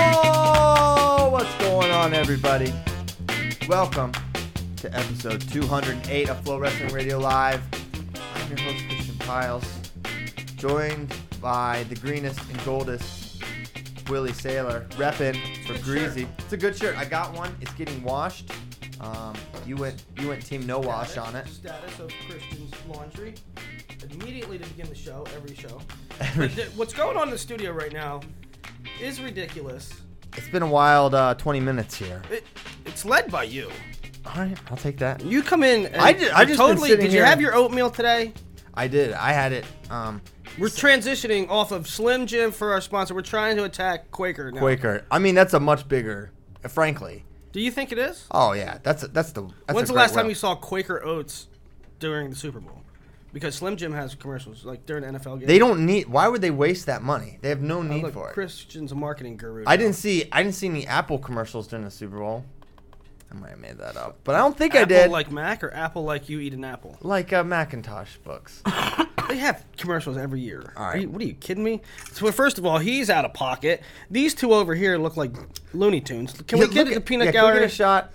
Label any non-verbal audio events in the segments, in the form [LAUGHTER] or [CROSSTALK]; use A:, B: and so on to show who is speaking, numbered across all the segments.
A: Oh, what's going on, everybody? Welcome to episode 208 of Flow Wrestling Radio Live. I'm your host, Christian Piles, joined by the greenest and goldest, Willie Sailor, repping for Greasy. It's a good shirt. I got one. It's getting washed. Um, you went, you went team no wash on it.
B: Status of Christian's laundry. Immediately to begin the show, every show. But th- what's going on in the studio right now is ridiculous.
A: It's been a wild uh, 20 minutes here.
B: It, it's led by you.
A: All right, I'll take that.
B: You come in. And
A: I ju- I just
B: you're
A: been
B: totally.
A: sitting
B: Did
A: here.
B: you have your oatmeal today?
A: I did. I had it. Um,
B: We're transitioning off of Slim Jim for our sponsor. We're trying to attack Quaker now.
A: Quaker. I mean, that's a much bigger, uh, frankly.
B: Do you think it is?
A: Oh yeah, that's that's the. That's
B: When's
A: a
B: the last
A: great
B: time
A: route.
B: you saw Quaker Oats during the Super Bowl? Because Slim Jim has commercials like during NFL games.
A: They don't need. Why would they waste that money? They have no need
B: Look,
A: for it.
B: Christian's a marketing guru.
A: I
B: now.
A: didn't see. I didn't see any Apple commercials during the Super Bowl. I might have made that up, but I don't think I
B: Apple
A: did. Like,
B: like Mac or Apple like you eat an apple.
A: uh, Macintosh books.
B: They have commercials every year. All
A: right.
B: right. what are you kidding me? So first of all, he's out of pocket. These two over here look like Looney Tunes. Can
A: Yeah,
B: we get
A: look
B: to the
A: at-
B: peanut
A: yeah, can we
B: gallery?
A: get a shot.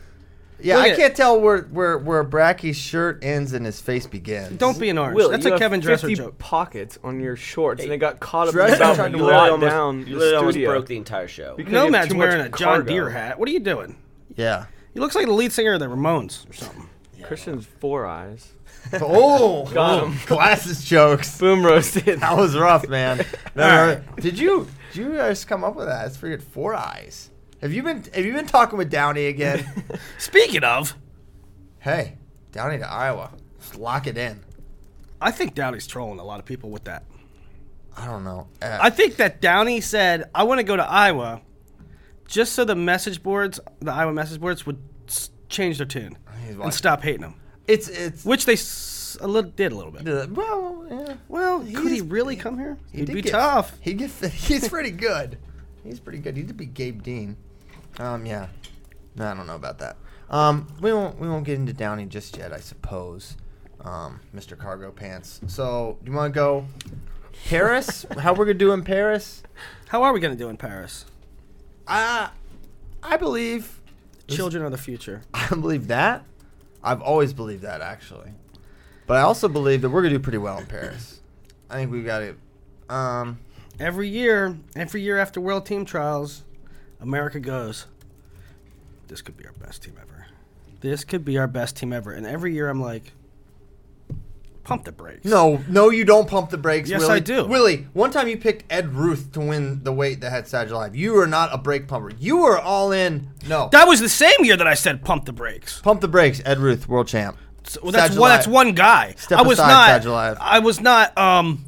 A: Yeah,
B: Look
A: I
B: at-
A: can't tell where where where Bracky's shirt ends and his face begins.
B: Don't be an orange.
C: Will,
B: That's
C: you
B: a
C: have
B: Kevin Dresser
C: 50
B: joke.
C: pockets on your shorts, and it got caught up in
A: Dresser
C: the
A: tried to
C: belt and
D: You
C: you
D: literally
C: let
D: almost,
C: down
D: you
C: the
D: literally almost
C: studio.
D: broke the entire show.
C: Because you had
B: Nomad's
C: too much
B: wearing a John
C: cargo.
B: Deere hat. What are you doing? [LAUGHS]
A: Yeah.
B: He looks like the lead singer of the Ramones or something.
C: Christian's four eyes.
A: Oh,
C: Got him.
A: glasses jokes.
C: Boom
A: [LAUGHS]
C: roasted.
A: That was rough,
B: [LAUGHS]
A: man. No, no,
B: All
A: no. Did you did you guys come up with that? It's freaking four eyes. Have you been have you been talking with Downey
B: [LAUGHS]
A: again?
B: Speaking of,
A: hey, Downey to Iowa. Just lock it in.
B: I think Downey's trolling a lot of people with that.
A: I don't know. Uh,
B: I think that Downey said, "I want to go to Iowa," just so the message boards, the Iowa message boards, would s- change their tune
A: watching.
B: and stop hating him,
A: it's it's
B: which they s- a little did a little bit.
A: well, yeah.
B: Well, could he
A: is-
B: really come here? He'd
A: did
B: be
A: get-
B: tough.
A: He gets [LAUGHS] he's pretty good. He's pretty good. He did beat Gabe Dean. Um, yeah. No, I don't know about that. Um, we won't we won't get into Downey just yet, I suppose. Um, Mr. Cargo Pants. So, do you want to go Paris? How we're gonna do in Paris?
B: How are we going to do in Paris?
A: I Uh, I believe [LAUGHS]
B: Children are the future.
A: I believe that. I've always believed that actually, but I also believe that we're gonna do pretty well in Paris. I think we've got it. Um,
B: Every year, every year after World Team Trials, America goes. This could be our best team ever. This could be our best team ever. And every year, I'm like, pump the brakes.
A: No, no, you don't pump the brakes.
B: Yes,
A: Willie.
B: I do.
A: Willie, one time you picked Ed Ruth to win the weight that had Satchel Live. You are not a brake pumper. You were all in. No,
B: [LAUGHS] That was the same year that I said pump the brakes.
A: pump the brakes. Ed Ruth, world champ.
B: So- well, that's
A: Satchel
B: one.
A: Live.
B: That's one guy.
A: Step
B: I was
A: aside,
B: not.
A: Satchel Live.
B: I was not. Um,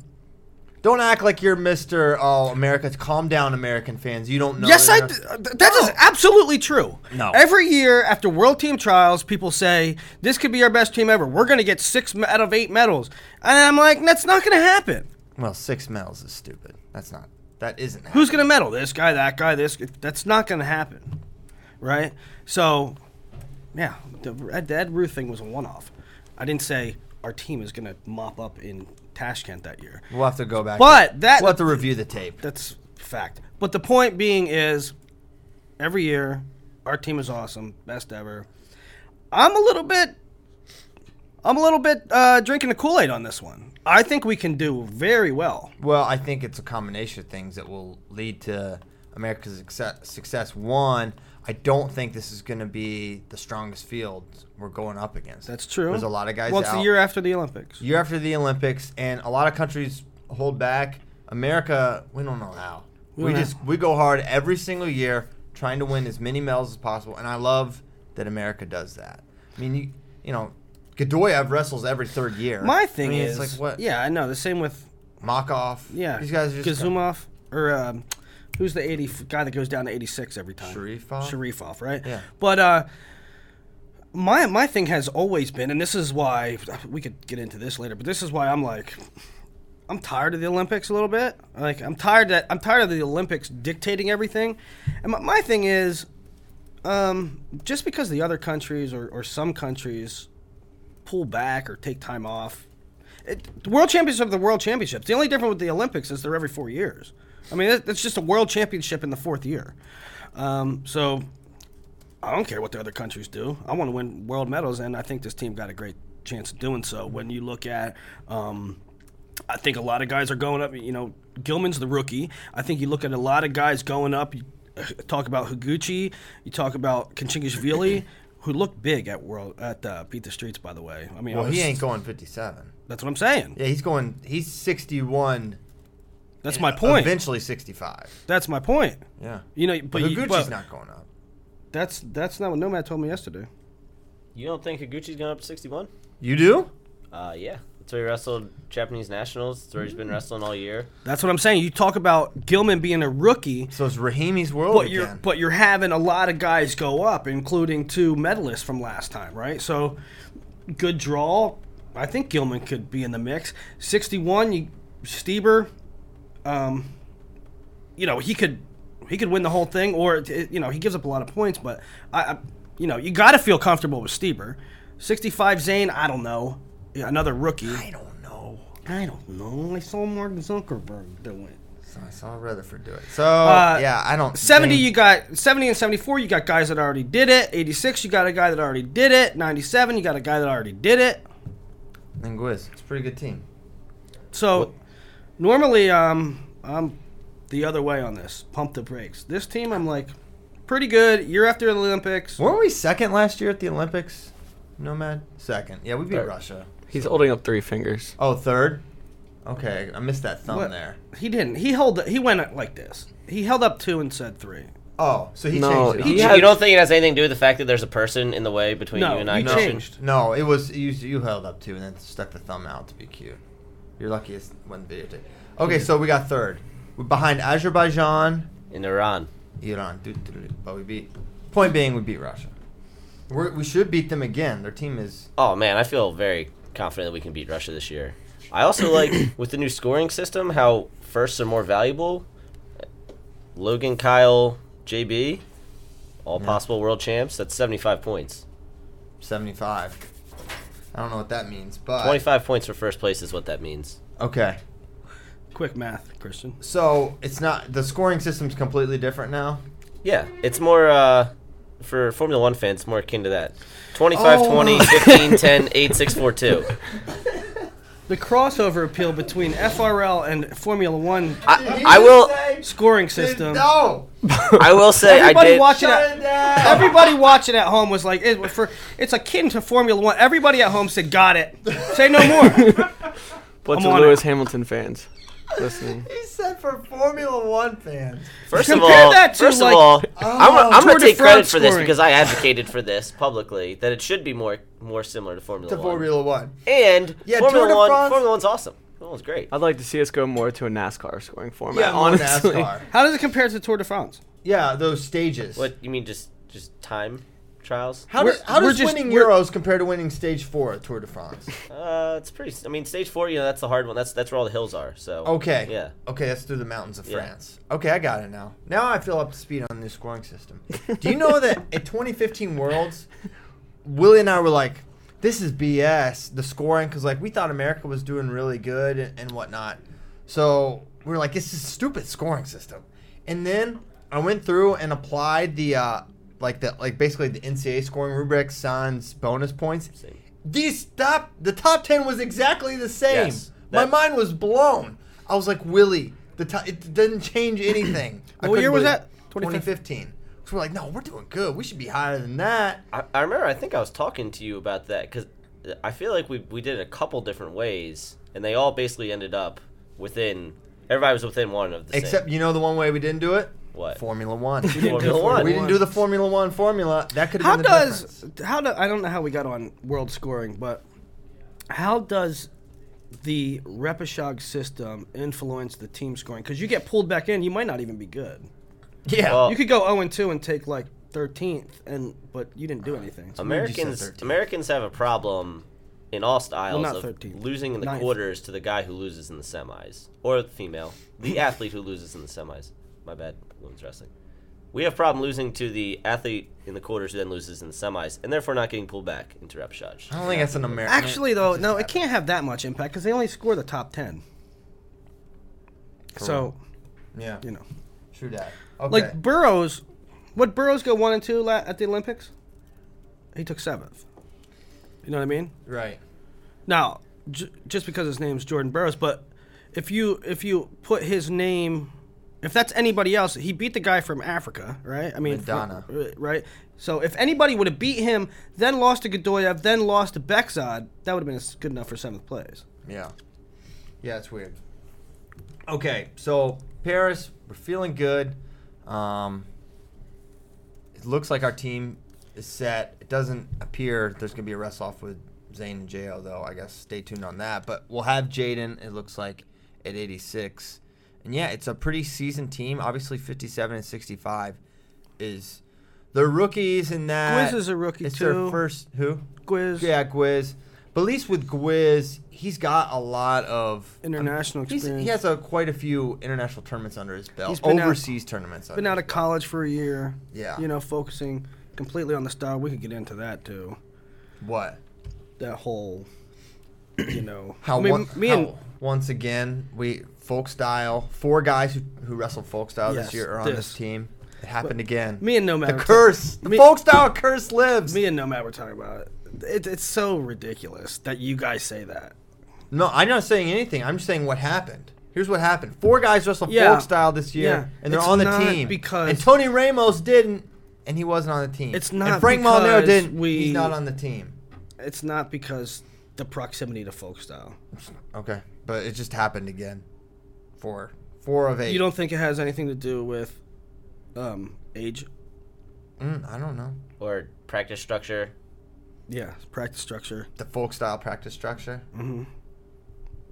A: Don't act like you're Mr. All America. Calm down, American fans. You don't know.
B: Yes,
A: they're
B: I.
A: not-
B: d- uh, th- That is absolutely true.
A: No.
B: Every year after World Team Trials, people say this could be our best team ever. We're going to get six me- out of eight medals, and I'm like, that's not going to happen.
A: Well, six medals is stupid. That's not. That isn't.
B: Who's going to medal? This guy, that guy, this. g- That's not going to happen, right? So, yeah, the Ed, the Ed Ruth thing was a one-off. I didn't say our team is going to mop up in Tashkent that year.
A: We'll have to go back.
B: But that-
A: We'll have to review the tape.
B: That's fact. But the point being is, every year, our team is awesome, best ever. I'm a little bit, I'm a little bit uh, drinking the Kool Aid on this one. I think we can do very well.
A: Well, I think it's a combination of things that will lead to America's success. success. One, I don't think this is going to be the strongest field we're going up against.
B: That's true.
A: There's a lot of guys.
B: Well, it's
A: out.
B: the year after the Olympics.
A: year after the Olympics, and a lot of countries hold back. America, we don't know how. We,
B: don't
A: just we go hard every single year, trying to win as many medals as possible, and I love that America does that. I mean, you you know, Godoyev wrestles every third year.
B: My thing
A: I mean,
B: is,
A: it's like what?
B: yeah, I know. The same with
A: mock off.
B: yeah,
A: these guys are just
B: Gazumov or um, who's the eighty f- guy that goes down to eighty six every time?
A: Sharifov?
B: Sharifov, right?
A: Yeah.
B: But uh, my my thing has always been, and this is why we could get into this later. But this is why I'm like, I'm tired of the Olympics a little bit. Like I'm tired that I'm tired of the Olympics dictating everything. And my, my thing is, um, just because the other countries or, or some countries pull back or take time off. It, the world championships are the world championships. The only difference with the Olympics is they're every four years. I mean, that, that's just a world championship in the fourth year. Um, so I don't care what the other countries do. I want to win world medals, and I think this team got a great chance of doing so. When you look at, um, I think a lot of guys are going up. You know, Gilman's the rookie. I think you look at a lot of guys going up. You uh, talk about Higuchi. You talk
A: [CLEARS THROAT]
B: about Kanchinishvili, who looked big at world at uh, beat the streets. By the way, I mean, I
A: Well, he
B: was-
A: ain't going 57.
B: That's what I'm saying.
A: Yeah, he's going. He's 61.
B: That's my point.
A: Eventually 65.
B: That's my point.
A: Yeah.
B: You know, but,
A: But
B: you,
A: Higuchi's
B: but
A: not going up.
B: that's that's not what Nomad told me yesterday.
D: You don't think Higuchi's gone up to 61?
A: You do?
D: Uh, yeah. That's where he wrestled Japanese nationals. That's where he's been wrestling all year.
B: That's what I'm saying. You talk about Gilman being a rookie.
A: So it's Rahimi's world
B: But
A: again.
B: you're but you're having a lot of guys go up, including two medalists from last time, right? So good draw. I think Gilman could be in the mix. Sixty one, you Stieber, um, you know he could he could win the whole thing, or it- you know he gives up a lot of points, but I, I you know you got to feel comfortable with Stieber. Sixty five Zane, I don't know, Yeah, another rookie.
A: I don't know.
B: I don't know. I saw Mark Zuckerberg do it.
A: So I saw Rutherford do it. So yeah, I don't.
B: 70
A: think-
B: you got 70 and 74 you got guys that already did it 86 you got a guy that already did it 97 you got a guy that already did it
A: and Guiz. It's a pretty good team.
B: so normally um i'm the other way on this pump the brakes this team i'm like pretty good year after the olympics
A: Weren't we second last year at the Olympics? Nomad second. Yeah, we beat
C: Third.
A: Russia.
C: He's holding up three fingers.
A: Oh, third. Okay, I missed that thumb
B: What-
A: there.
B: he didn't he held he went like this he held up two and said three
A: Oh, so he
C: No,
A: changed it.
C: he
A: huh?
C: had-
D: you don't think it has anything to do with the fact that there's a person in the way between
B: no
D: you and I?
B: you
D: Christian?
B: changed
A: No, it was you. You held up two and then stuck the thumb out to be cute. You're lucky it wasn't videotape. Okay, so we got third. We're behind Azerbaijan,
D: In Iran.
A: Iran. Doo, doo, doo, doo. But we beat. Point being, we beat Russia. We're, we should beat them again. Their team is
D: Oh, man. I feel very confident that we can beat Russia this year. I
B: [COUGHS]
D: also like, with the new scoring system, how firsts are more valuable. Logan, Kyle, JB, all possible world champs. That's 75 points.
A: 75. I don't know what that means, but
D: 25 points for first place is what that means.
A: okay.
B: quick math christian
A: So it's not the scoring system's completely different now.
D: Yeah, it's more uh, for Formula One fans, it's more akin to that 25
A: Oh.
D: 20, 15 10, 8 6
A: [LAUGHS]
D: 4 2.
B: the crossover appeal between frl and formula one
D: I, I will
B: scoring system
A: No. uh,
D: I will say I
B: Everybody
D: did
B: watching
A: Shut
B: at
A: it
D: [LAUGHS]
A: down.
B: everybody watching at home was like, it, for it's akin to Formula One. Everybody at home said, "Got it." Say
A: [LAUGHS]
B: no more.
C: What's
B: I'm
C: the
B: on it.
C: Lewis Hamilton fans listening?
A: He said for Formula One fans.
D: First of
B: Compare
D: all,
B: that to,
D: first
B: like,
D: of all,
A: oh,
D: I'm, gonna- I'm
B: Tour
D: going
B: de
D: to take credit
B: France
D: for this
B: scoring.
D: because I advocated for this publicly that it should be more more similar to Formula
A: To
D: One.
A: Formula One.
D: And
A: Yeah, Tour
D: Formula
A: de
D: One,
A: France-
D: Formula One's awesome. Formula was great.
C: I'd like to see us go more to a NASCAR scoring format.
A: Yeah, more
C: honestly,
A: NASCAR.
B: How does it compare to the Tour de France?
A: Yeah, those stages.
D: What you mean? Just just time trials?
A: How
B: We're-
A: does, how
B: we're
A: does
B: just-
A: winning
B: we're-
A: Euros compare to winning Stage Four at Tour de France?
D: Uh, it's pretty. s- I mean, stage four. You know, that's the hard one. That's that's where all the hills are. So
A: Okay.
D: Yeah.
A: Okay, that's through the mountains of
D: Yeah.
A: France. Okay, I got it now. Now I feel up to speed on the new scoring
D: [LAUGHS]
A: system. Do you know that at 2015 Worlds, Willie and I were like, "This is BS." The scoring, because like we thought America was doing really good and, and whatnot, so we were like, "This is a stupid scoring system." And then I went through and applied the uh, like the like basically the NCAA scoring rubric sans bonus points.
D: Same.
A: These top the top ten was exactly the same.
D: Yes.
A: My
D: That-
A: mind was blown. I was like, Willie, the t- it didn't change anything. I
B: What
A: couldn't
B: year was
A: believe-
B: that?
A: 2015. So we're like, no, we're doing good. We should be higher than that.
D: I, I remember. I think I was talking to you about that because I feel like we we did it a couple different ways, and they all basically ended up within. Everybody was within one of the
A: Except,
D: same.
A: you know, the one way we didn't do it.
D: What?
A: Formula One.
D: Formula One.
A: We didn't do the Formula One formula. That could
B: How
A: have been the
B: does
A: difference.
B: how do I don't know how we got on world scoring, but how does the repechage system influence the team scoring? Because you get pulled back in, you might not even be good.
A: Yeah.
D: Well,
B: You could go zero and two and take like thirteenth, and but you didn't do anything. So
D: Americans
A: 13th.
D: Americans have a problem in all styles
B: not
D: of
B: 13th,
D: losing in the
B: ninth.
D: quarters to the guy who loses in the semis or the female,
B: [LAUGHS]
D: the athlete who loses in the semis. My bad, women's wrestling. We have problem losing to the athlete in the quarters who then loses in the semis, and therefore not getting pulled back into repechage.
A: I don't think that's an American.
B: Actually, though, no, it can't have that much impact because they only score the top ten. So
A: Yeah.
B: you know,
A: True that. Okay.
B: like Burrows, what Burrows go one and two la- at the Olympics? He took seventh. You know what I mean?
A: right.
B: Now, j- just because his name's Jordan Burroughs, but if you if you put his name, if that's anybody else, he beat the guy from Africa, right? I mean,
A: Madonna.
B: fr- right? So if anybody would have beat him, then lost to Godoyev, then lost to Bekzad, that would have been s- good enough for seventh place.
A: Yeah. Yeah, it's weird. Okay, so Paris, we're feeling good. Um, it looks like our team is set. It doesn't appear there's going to be a rest off with Zane and JL, though. I guess stay tuned on that. But we'll have Jaden, it looks like, at 86. And yeah, it's a pretty seasoned team. Obviously, 57 and 65 is. The rookies in that.
B: Gwiz is a rookie,
A: it's
B: too.
A: their first. Who?
B: Quiz.
A: Yeah, Gwiz. But at least with Gwiz, he's got a lot of
B: International
A: He's-
B: experience.
A: he has a, quite a few international tournaments under his belt.
B: He's been out-
A: Overseas tournaments.
B: been
A: under
B: out
A: his
B: of college for a year.
A: Yeah.
B: You know, focusing completely on the style. We could get into that too.
A: belt. what?
B: That whole, you know,
A: [CLEARS THROAT] How
B: I mean,
A: one,
B: me
A: how
B: and
A: once again we folk style. Four guys who, who wrestled folk style
B: Yes,
A: this year are on this,
B: this.
A: team. It happened again.
B: me and
A: the
B: Nomad. were ta-
A: curse. The
B: me-
A: folk style curse lives.
B: Me and Nomad were talking about it. it. It's so ridiculous that you guys say that.
A: No, I'm not saying anything. I'm just saying what happened. Here's what happened. Four guys wrestled
B: Yeah.
A: folk style this year,
B: Yeah.
A: and they're
B: It's
A: on the
B: not
A: team.
B: because-
A: and Tony Ramos didn't, and he wasn't on the team.
B: It's
A: And
B: not
A: Frank Molinaro
B: because
A: didn't.
B: we-
A: He's not on the team.
B: It's not because the proximity to folk style.
A: Okay, but it just happened again. Four, four of eight.
B: You don't think it has anything to do with um, age?
A: Mm, I don't know
D: Or practice structure.
B: Yeah, practice structure.
A: the folk style practice structure. Mm-hmm.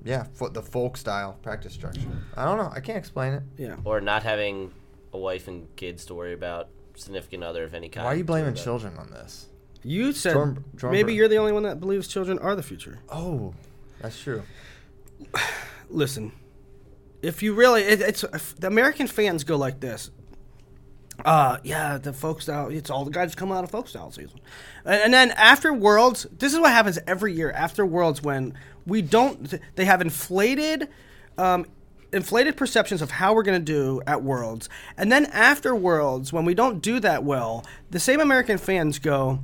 A: Yeah, fo- the folk style practice structure. I don't know. I can't explain it.
B: Yeah.
D: Or not having a wife and kids to worry about, significant other of any kind.
A: Why are you
D: to
A: blaming
D: worry about.
A: children on this?
B: You said
A: Jordan- Jordan
B: maybe
A: Burroughs.
B: you're the only one that believes children are the future.
A: Oh, that's true.
B: listen, if you really, it, it's if the American fans go like this. Uh, yeah, the folk style. It's all the guys come out of folk style season, and, and then after Worlds, this is what happens every year after Worlds when we don't. They have inflated, um, inflated perceptions of how we're gonna do at Worlds, and then after Worlds, when we don't do that well, the same American fans go,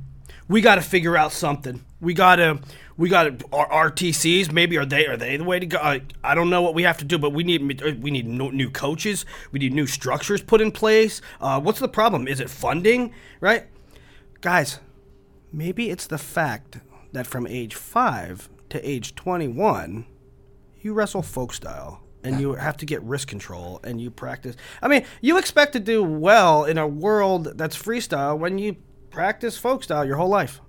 B: we got to figure out something. We got to, we got to, our RTCs. Maybe are they are they the way to go? I, I don't know what we have to do, but we need uh, we need no, new coaches. We need new structures put in place. Uh, what's the problem? Is it funding? Right, guys. Maybe it's the fact that from age five to age twenty-one, you wrestle folk style and you have to get wrist control and you practice. I mean, you expect to do well in a world that's freestyle when you practice folk style your whole life.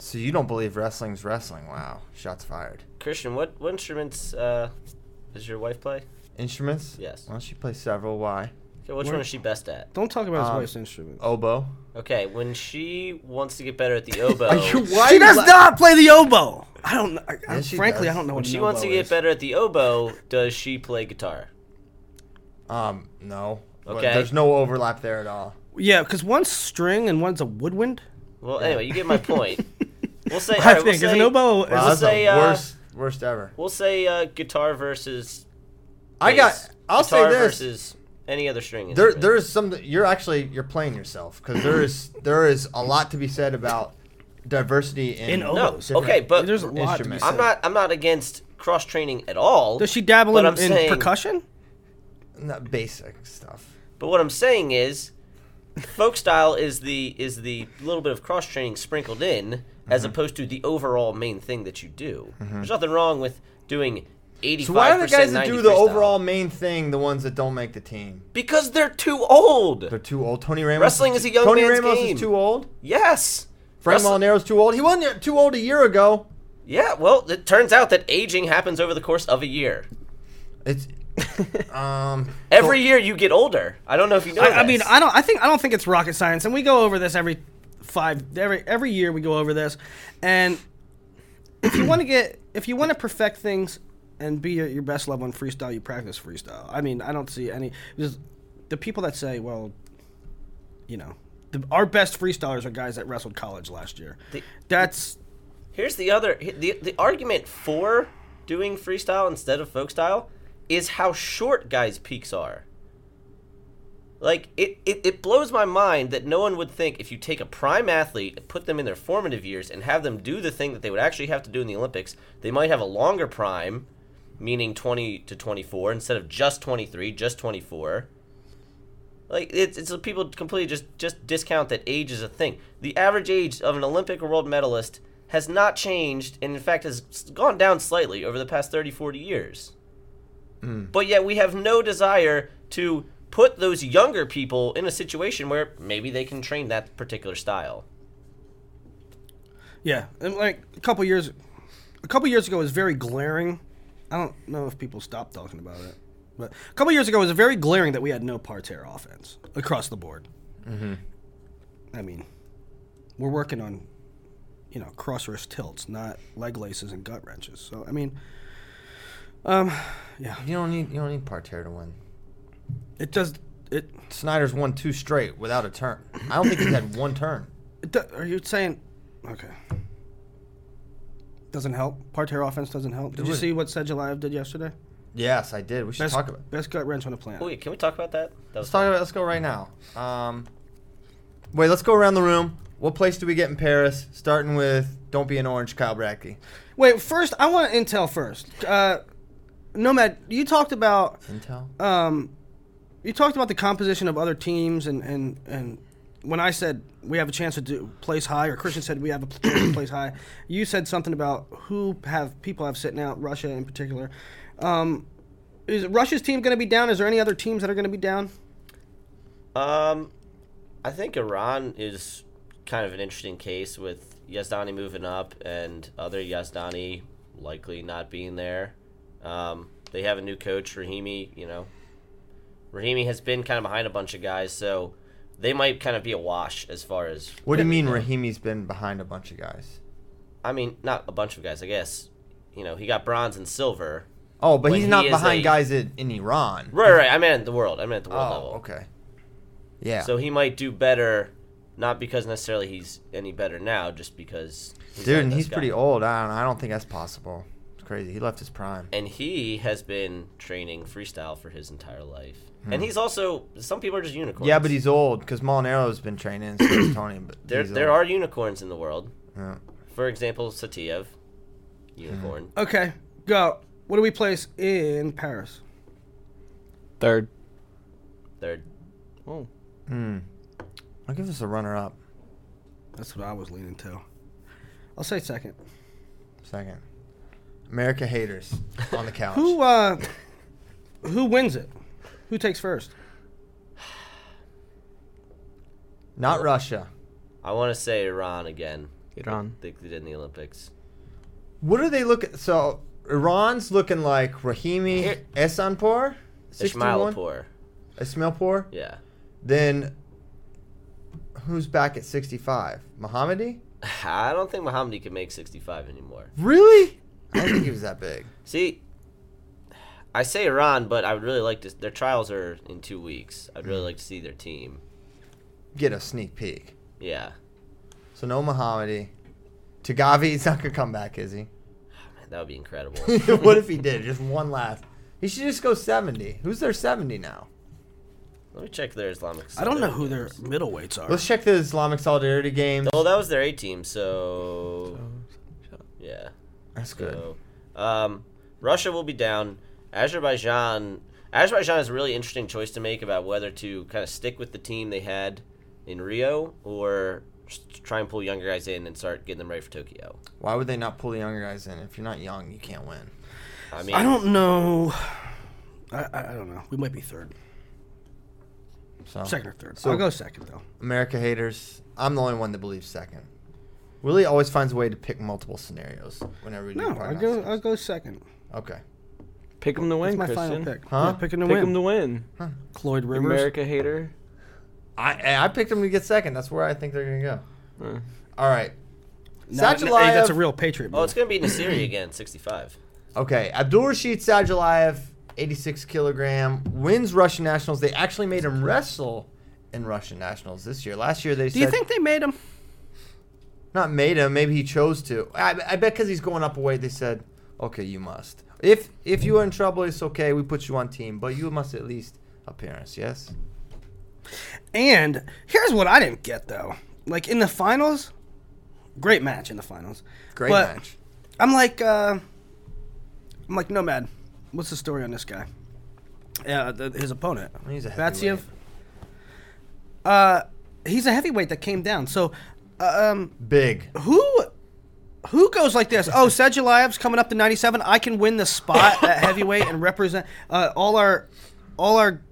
A: So you don't believe wrestling's wrestling? Wow, shots fired.
D: Christian, what, what instruments uh, Does your wife play?
A: Instruments?
D: Yes.
A: Why don't you play several? Why?
D: Okay, which
B: Where-
D: one is she best at?
B: Don't talk about his
A: Um,
B: wife's instrument.
A: Oboe.
D: Okay, when she wants to get better
A: [LAUGHS]
D: at the oboe,
A: Why
B: she does not play the oboe. I don't. kn- I, I-
A: Yes, she
B: frankly,
A: does.
B: I don't know
D: when
B: what
D: she
B: an
D: wants to
B: oboe
D: get
B: is.
D: better at the oboe, does she play guitar?
A: Um, no. But
D: Okay.
A: There's no overlap there at all.
B: Yeah, because one's string and one's a woodwind.
D: Well, anyway, you get
A: [LAUGHS]
D: my point. We'll say,
B: I
D: alright,
B: think
D: we'll
B: is
D: say,
B: an oboe.
A: Wow,
B: is
A: that's
B: a-
D: say,
A: the
D: uh,
A: worst, worst ever.
D: We'll say uh, guitar versus.
A: I got.
D: bass.
A: I'll say
D: Guitar
A: this.
D: versus any other string.
A: there,
D: instrument.
A: there is some. You're actually you're playing yourself because there
D: [COUGHS]
A: is there is a lot to be said about diversity in.
B: In
D: No,
B: oboes.
A: Different
D: okay, but
B: There's a lot. To be
A: instruments.
B: said.
D: I'm not. I'm not against cross training at all.
B: Does she dabble
D: but
B: in,
D: I'm
B: in
D: saying-
B: percussion?
A: not basic stuff.
D: But what I'm saying is, folk style is the is the little bit of cross training sprinkled in, as
B: Mm-hmm.
D: opposed to the overall main thing that you do. There's nothing wrong with doing eighty
A: So why
D: five
A: are the guys that
D: percent.
A: do the overall main thing the ones that don't make the team?
D: Because they're too old.
A: They're too old. Tony Ramos.
D: Wrestling is a young
A: Tony
D: man's
A: Ramos
D: game.
A: is too old.
D: yes.
A: Frank
D: Wrestling-
A: Molinaro is too old. He wasn't too old a year ago.
D: Yeah. Well, it turns out that aging happens over the course of a year.
A: It's um.
D: Every year you get older. I don't know if you know.
B: I, I
D: this.
B: mean, I don't. I think I don't think it's rocket science, and we go over this every five every every year. We go over this, and if you want to get if you want to perfect things and be at your best level in freestyle, you practice freestyle. I mean, I don't see any. Just the people that say, well, you know, the, our best freestylers are guys that wrestled college last year. That's
D: Here's the other the the argument for doing freestyle instead of folk style is how short guys' peaks are. Like it, it, it blows my mind that no one would think if you take a prime athlete, put them in their formative years, and have them do the thing that they would actually have to do in the Olympics, they might have a longer prime, meaning twenty to twenty four instead of just twenty three, just twenty four. Like it's it's people completely just just discount that age is a thing. The average age of an Olympic or world medalist has not changed and in fact has s- gone down slightly over the past 30 40 years. But yet we have no desire to put those younger people in a situation where maybe they can train that particular style.
B: yeah. And like a couple years, a couple years ago was very glaring. I don't know if people stopped talking about it, but a couple years ago it was very glaring that we had no parterre offense across the board. I mean, we're working on, you know, cross wrist tilts, not leg laces and gut wrenches. So I mean, um,
A: You don't need you don't need Parterre to win.
B: it does it.
A: Snyder's won two straight without a turn. I don't think he's had one turn.
B: it do, are you saying? Okay. Doesn't help. Parterre offense doesn't help. Did you
A: was-
B: see what Sedulayev did yesterday?
A: Yes, I did. We should
B: Best,
A: talk about.
B: best gut wrench on the planet.
D: Oh, wait, can we talk about that? That was
A: Let's talk about. Let's go right now. Um, wait. Let's go around the room. What place do we get in Paris? Starting with "Don't be an orange, Kyle Brackey."
B: Wait, first I want intel first. Uh, Nomad, you talked about
A: Intel.
B: you talked about the composition of other teams and and and when I said we have a chance to do, place high, or Christian said we have a pl- [COUGHS] chance to place high, you said something about who have people have sitting out, Russia in particular. Um, is Russia's team going to be down? Is there any other teams that are going to be down?
D: Um, I think Iran is kind of an interesting case with Yazdani moving up and other Yazdani likely not being there. Um, they have a new coach, Rahimi. You know, Rahimi has been kind of behind a bunch of guys, so they might kind of be a wash as far as
A: what do you mean Rahimi's been behind a bunch of guys?
D: I mean, not a bunch of guys, I guess. You know, he got bronze and silver.
A: Oh, but
D: When
A: he's not
D: he is
A: behind
D: a-
A: guys in, in Iran.
D: Right, right. I meant the world. I meant the world level.
A: Oh, okay. Yeah.
D: So he might do better, not because necessarily he's any better now, just because. He's
A: Dude,
D: not
A: and
D: this
A: he's
D: guy.
A: pretty old. I don't, I don't think that's possible. It's crazy. He left his prime.
D: And he has been training freestyle for his entire life. And he's also some people are just unicorns.
A: Hmm. Yeah, but he's old because Molinari's been training so has Tony. But
D: there.
A: he's
D: There
A: old.
D: are unicorns in the world.
A: Yeah. Hmm.
D: For example, Satiev, unicorn.
B: Okay, go. What do we place in Paris?
C: Third.
D: They're
C: Oh.
A: I'll give this a runner-up.
B: That's what I was leaning to. I'll say second.
A: Second. America haters on the
D: [LAUGHS]
A: couch.
B: Who uh, who wins it? Who takes first?
A: Not Russia.
D: I want to say Iran again.
C: Iran.
D: Like they did in the Olympics.
A: What are they looking? So Iran's looking like Rahimi
D: Here-
A: Esanpour, 61?
D: Ishmaelpour.
A: Ismailpour.
D: Yeah. [LAUGHS]
A: Then who's back at 65? Mohammedi?
D: I don't think Mohammedi can make 65 anymore.
A: Really? I didn't think he was that big.
D: See, I say Iran, but I would really like to. Their trials are in two weeks. I'd
B: Hmm.
D: really like to see their team.
A: Get a sneak peek.
D: Yeah.
A: So no Mohammedi. Tagavi's not gonna come back, is he? [LAUGHS]
D: Man, that would
B: [LAUGHS]
D: be incredible.
A: what if he did? Just one last. He should just go 70. Who's their 70 now?
D: Let me check their Islamic.
B: I don't know
D: Solidarity
B: who their
D: games.
B: middleweights are.
A: Let's check the Islamic Solidarity game.
D: Well, that was their A team, so. Yeah.
A: That's good.
D: So, um, Russia will be down. Azerbaijan. Azerbaijan is a really interesting choice to make about whether to kind of stick with the team they had in Rio or s- try and pull younger guys in and start getting them ready for Tokyo.
A: Why would they not pull the younger guys in? If you're not young, you can't win.
D: I mean,
B: I don't know. I, I, I don't know. We might be third,
A: So
B: second or third.
A: So-
B: I'll go second though.
A: America haters. I'm the only one that believes second. Willie always finds a way to pick multiple scenarios whenever we do
B: No, I
A: prognostics.
B: go. uh, I'll go second.
A: Okay.
C: Pick him to win,
B: That's my final
C: Christian.
B: pick.
A: Huh?
B: Yeah, picking to
C: Pick
B: win.
C: him to win.
B: Cloyd Rivers.
C: America hater.
A: I I picked them to get second. That's where I think they're gonna go. All right.
B: No, no, hey,
A: Sachilayev-
B: that's a real patriot.
D: Oh,
B: move.
D: it's going to be Nasiri again, 65.
A: Okay, Abdul Rashid Sajalayev, 86 kilogram, wins Russian nationals. They actually made him wrestle in Russian nationals this year. Last year they
B: Do
A: said
B: you think they made him?
A: not made him. Maybe he chose to. I, I bet because he's going up a weight. They said, okay, you must. If if you are in trouble, it's okay. We put you on team, but you must at least appearance. Yes.
B: And here's what I didn't get though. Like in the finals, great match in the finals.
A: Great
B: But
A: match.
B: I'm like, uh, I'm like Nomad. What's the story on this guy? Yeah, th his opponent.
A: He's a
B: Batseev.
A: heavyweight.
B: Uh, he's a heavyweight that came down. So, uh, um,
A: Big.
B: who who goes like this?
A: [LAUGHS]
B: Oh, Sedulayev's coming up to 97. I can win the spot at heavyweight and represent uh, all our all our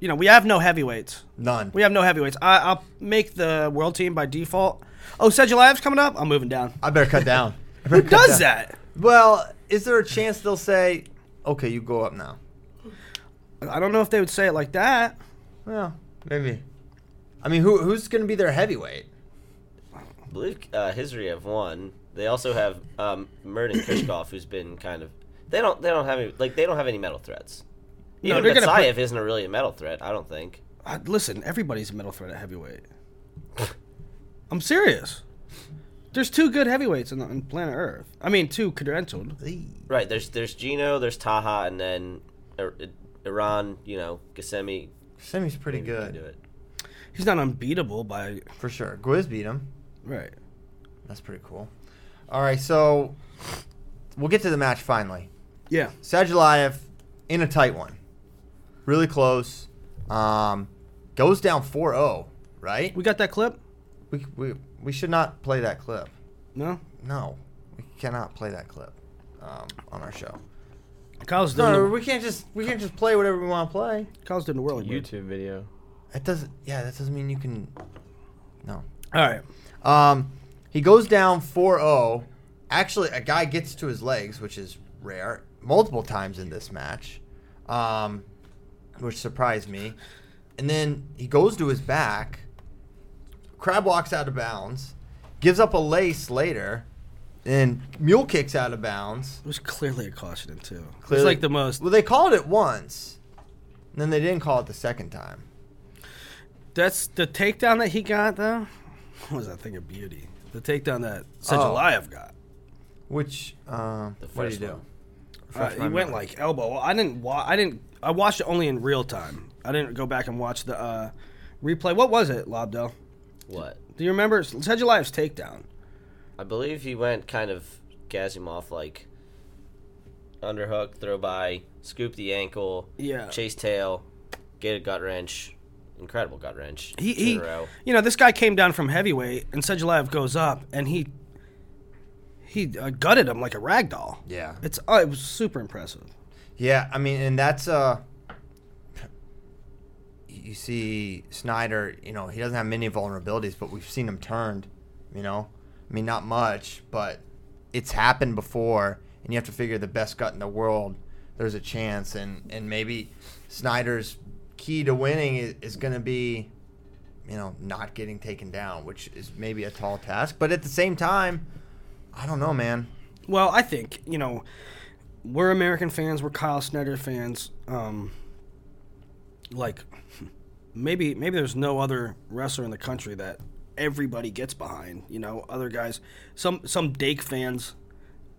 B: you know, we have no heavyweights.
A: None.
B: We have no heavyweights. I, I'll make the world team by default. Oh, Sedulayev's coming up. I'm moving down.
A: I better cut
B: [LAUGHS]
A: down. I
B: Who
A: better cut down.
B: does that?
A: Well, is there a chance they'll say, okay, you go up now?
B: I don't know if they would say it like that.
A: Well, maybe. I mean, who who's going to be their heavyweight?
D: I believe uh, Hizri have won. They also have um, Murden Krishkov, who's been kind of. They don't. They don't have any. Like they don't have any metal threats.
B: No,
D: Even
B: they're gonna
D: Batsayev isn't a really a metal threat. I don't think.
B: Uh, listen, everybody's a middle threat at heavyweight. [LAUGHS] I'm serious. There's two good heavyweights on, the, on planet Earth. I mean, two credentialed.
D: Right. There's there's Gino. There's Taha, and then Ir- Iran. You know, Gassemi
A: Semi's pretty
D: can do
A: good
D: it.
B: He's not unbeatable by
A: for sure. Guiz beat him.
B: right.
A: That's pretty cool. All right, so we'll get to the match finally.
B: Yeah.
A: Sajalayev in a tight one, really close. Um, goes down 4-0, right?
B: We got that clip?
A: We, we we should not play that clip.
B: No?
A: No, we cannot play that clip um, on our show.
B: Kyle's doing,
A: No,
B: the,
A: we can't just we can't just play whatever we want to play.
B: Kyle's doing the whirling. You
C: YouTube video.
A: That doesn't. Yeah, that doesn't mean you can. No.
B: All right.
A: Um, he goes down 4-0. Actually, a guy gets to his legs, which is rare, multiple times in this match, um, which surprised me. And then he goes to his back. Crab walks out of bounds, gives up a lace later, and mule kicks out of bounds.
B: It was clearly a caution in two. It's
A: Clearly-
B: like the most.
A: Well, they called it once, and then they didn't call it the second time.
B: That's the takedown that he got though. [LAUGHS] What was that thing of beauty? The takedown that
A: Oh.
B: Sedulayev got.
A: Which um,
D: The
A: what do you
D: first
A: do?
D: one.
B: Uh, he went like elbow. I didn't. Wa- I didn't. I watched it only in real time. I didn't go back and watch the uh, replay. What was it, Lobdo?
D: What?
B: Do you remember Sedulayev's takedown?
D: I believe he went kind of Gazimov like underhook, throw by, scoop the ankle,
B: Yeah.
D: chase tail, get a gut wrench, incredible gut wrench.
B: He,
D: two
B: he
D: in a row.
B: you know, this guy came down from heavyweight, and Sedulayev goes up, and he he uh, gutted him like a rag doll.
A: Yeah.
B: it's uh, it was super impressive.
A: Yeah, I mean, and that's uh, you see Snyder. You know, he doesn't have many vulnerabilities, but we've seen him turned. You know, I mean, not much, but it's happened before, and you have to figure the best gut in the world, there's a chance. And, and maybe Snyder's key to winning is, is going to be, you know, not getting taken down, which is maybe a tall task. But at the same time, I don't know, man.
B: Well, I think you know we're American fans. We're Kyle Snyder fans. Um, like maybe maybe there's no other wrestler in the country that everybody gets behind. You know, other guys. Some some Dake fans